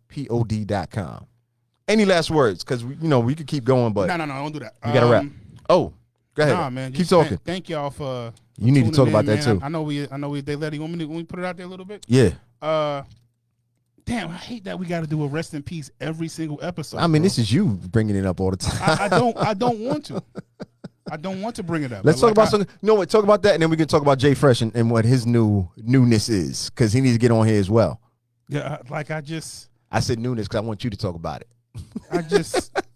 S1: P4APPOD.com. Any last words? Because you know we could keep going, but
S2: No, no, no. Don't do that.
S1: we gotta wrap.
S2: Um,
S1: Oh, go ahead.
S2: Nah, man.
S1: keep
S2: just
S1: talking.
S2: Thank, thank y'all for.
S1: You need to
S2: tuning
S1: talk
S2: in,
S1: about that
S2: man.
S1: too.
S2: I, I know we. I know we. They let you want me to want me to put it out there a little bit.
S1: yeah.
S2: Uh, damn, I hate that we got to do a rest in peace every single episode.
S1: I mean,
S2: bro.
S1: this is you bringing it up all the time.
S2: I, I don't. I don't want to. I don't want to bring it up.
S1: Let's
S2: but
S1: talk about
S2: like,
S1: something. You know what? Talk about that, and then we can talk about Jay Fresh and, and what his new newness is, because he needs to get on here as well.
S2: I, yeah, I- like I just.
S1: I said newness because I want you to talk about it.
S2: I just.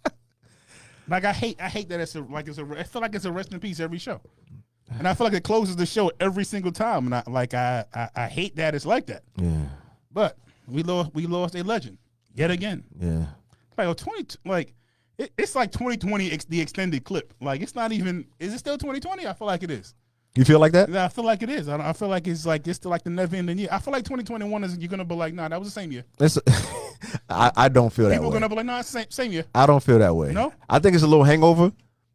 S2: Like I hate, I hate that it's a like it's a. I feel like it's a rest in peace every show, and I feel like it closes the show every single time. And I like I, I, I hate that it's like that.
S1: Yeah,
S2: But we lost, we lost a legend yet again.
S1: yeah.
S2: Like oh, 20, like it, it's like twenty twenty ex, the extended clip. Like it's not even. Is it still twenty twenty? I feel like it is.
S1: You feel like that?
S2: Yeah, I feel like it is. I, don't- I feel like it's like it's still like the never ending year. I feel like 2021 is you're gonna be like, nah, that was the same year.
S1: That's. I, I don't feel that
S2: People
S1: way.
S2: are gonna be like, nah, it's the same same year.
S1: I don't feel that way.
S2: No?
S1: I think it's a little hangover,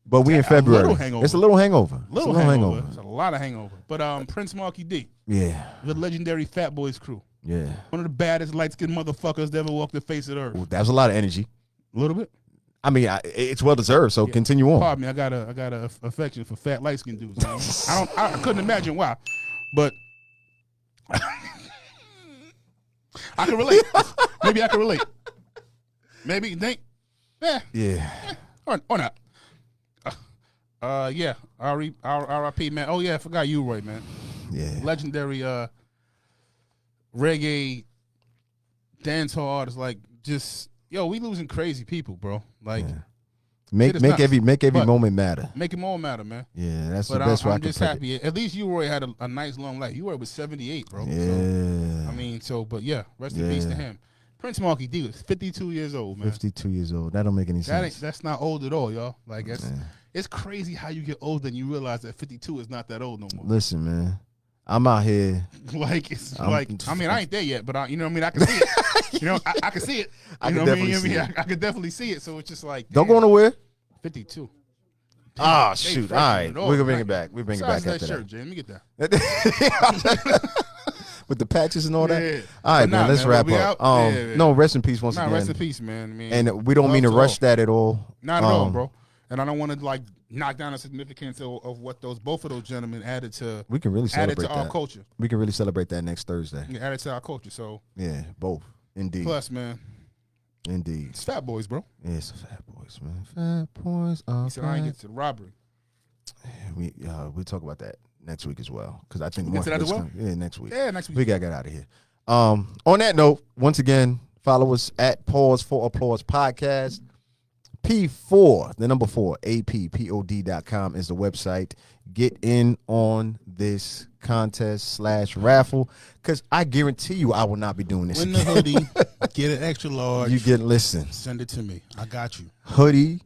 S1: but we in
S2: Yeah, a little
S1: February.
S2: hangover.
S1: It's a little hangover. It's a
S2: Little hangover. It's a lot of hangover. But um, Prince Marky D,
S1: Yeah,
S2: the legendary Fat Boys crew,
S1: yeah.
S2: one of the baddest light skinned motherfuckers that ever walked the face of the earth.
S1: Well, that was a lot of energy.
S2: A little bit.
S1: I mean, I, it's well deserved. So continue on.
S2: Pardon me, I got a I got a aff- affection for fat light skinned dudes. man. I don't. I couldn't imagine why, but I can relate. Maybe I can relate. Maybe you think, yeah,
S1: Yeah.
S2: or, or not. Uh, yeah. R.I.P. R.I.P. Man. Oh yeah, I forgot you, Roy. Man,
S1: Yeah.
S2: legendary uh reggae dance hall artists, like just yo, we losing crazy people, bro. Like
S1: Yeah. Make
S2: is
S1: make
S2: nuts.
S1: every make every
S2: But-
S1: moment matter.
S2: make it more matter, man.
S1: Yeah, that's
S2: But
S1: the
S2: I,
S1: best way I
S2: I'm
S1: can
S2: just
S1: put it.
S2: happy. At least you already had a, a nice long life. You were with 78, bro. So,
S1: Yeah.
S2: I mean, so but yeah, rest in peace to
S1: Yeah.
S2: him. Prince Marky D was 52 years old, man.
S1: 52 years old. That don't make any
S2: That
S1: sense.
S2: ain't, that's not old at all, y'all. Like that's
S1: Yeah.
S2: it's crazy how you get older and you realize that 52 is not that old no more.
S1: Listen, man. I'm out here.
S2: like it's
S1: I'm-
S2: like I mean I ain't there yet, but I, you know what I mean I can see it. you know I, I can see it. You
S1: I
S2: know
S1: can
S2: what I
S1: definitely
S2: mean? You know what I, mean?
S1: see
S2: I, I could definitely see it. So it's just like
S1: Don't go nowhere.
S2: 52.
S1: Ah,
S2: They
S1: shoot.
S2: freshening
S1: All right.
S2: it
S1: We're
S2: all.
S1: going to bring
S2: Like,
S1: it back. We bring it
S2: Besides
S1: back
S2: that
S1: after
S2: shirt,
S1: that.
S2: Jay. Let me get that.
S1: With the patches and all that.
S2: Yeah.
S1: All right,
S2: But nah,
S1: man. Let's
S2: man,
S1: wrap
S2: we
S1: up.
S2: out-
S1: Um,
S2: yeah, yeah.
S1: No, rest in peace once
S2: Nah,
S1: again.
S2: rest in peace, man. I mean,
S1: And we don't mean to
S2: love
S1: rush
S2: all.
S1: that at all.
S2: Not at all,
S1: Um,
S2: bro. And I don't want to like knock down the significance of, of what those both of those gentlemen added to
S1: We can really
S2: added
S1: celebrate
S2: to our
S1: that.
S2: culture.
S1: We can really celebrate that next Thursday.
S2: Yeah, Added to our culture. So
S1: Yeah, both. Indeed.
S2: plus, man,
S1: Indeed.
S2: it's Fat Boys, bro.
S1: Yeah, it's the fat boys, man. Fat boys are
S2: He said I ain't
S1: fat.
S2: get to the robbery.
S1: We uh, we talk about that next week as well because I think
S2: We get to
S1: Mark
S2: that as
S1: Lipscomb-
S2: well?
S1: Yeah, next week.
S2: Yeah, next week.
S1: We gotta get out of here. Um, on that note, once again, follow us at Pause for Applause Podcast. P4, the number four, APPOD.com is the website. Get in on this contest slash raffle because I guarantee you I will not be doing this
S2: Win the
S1: again.
S2: hoodie, get it extra large.
S1: You get, listen,
S2: Send it to me. I got you.
S1: hoodie,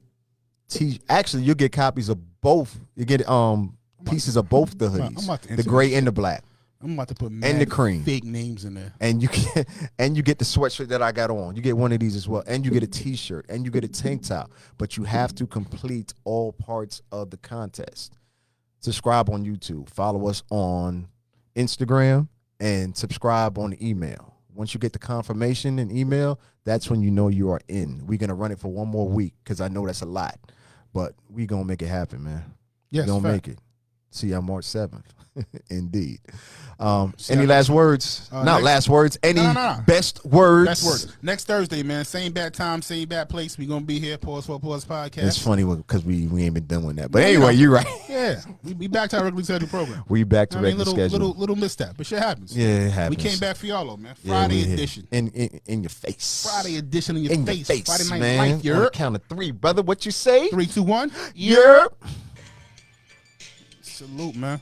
S1: t Actually, you'll get copies of both. You get um pieces of both the
S2: I'm about-
S1: hoodies,
S2: I'm about to
S1: the
S2: answer
S1: gray and the black.
S2: I'm about to put and
S1: the cream.
S2: fake names in there.
S1: and you get and you get the sweatshirt that I got on. You get one of these as well, and you get a T-shirt, and you get a tank top. But you have to complete all parts of the contest. Subscribe on YouTube, follow us on Instagram, and subscribe on email. Once you get the confirmation in email, that's when you know you are in. We're gonna run it for one more week because I know that's a lot, but we gonna make it happen, man.
S2: Yes,
S1: we gonna
S2: fact.
S1: make it. See y'all March seventh, indeed. Um,
S2: See
S1: any
S2: y'all
S1: last words?
S2: Uh,
S1: Not
S2: next-
S1: last words. Any
S2: No, no, no.
S1: best words?
S2: That's work. Next Thursday, man. Same bad time, same bad place. We gonna be here. Pause for pause podcast.
S1: It's funny because we we ain't been doing that. But
S2: No,
S1: anyway,
S2: no.
S1: you're right.
S2: Yeah, we, we back to our regularly scheduled program.
S1: We back to
S2: I
S1: regular
S2: mean, little
S1: schedule.
S2: little little mishap, but shit happens.
S1: yeah, it
S2: we
S1: happens.
S2: came back for y'all, though, man.
S1: Yeah,
S2: Friday
S1: we here.
S2: edition.
S1: In, in in your face.
S2: Friday edition in your,
S1: in your
S2: face.
S1: face,
S2: Friday night
S1: man.
S2: life.
S1: On the
S2: You're
S1: count of three, brother. What you say?
S2: three, two, one.
S1: You're.
S2: Salute, man.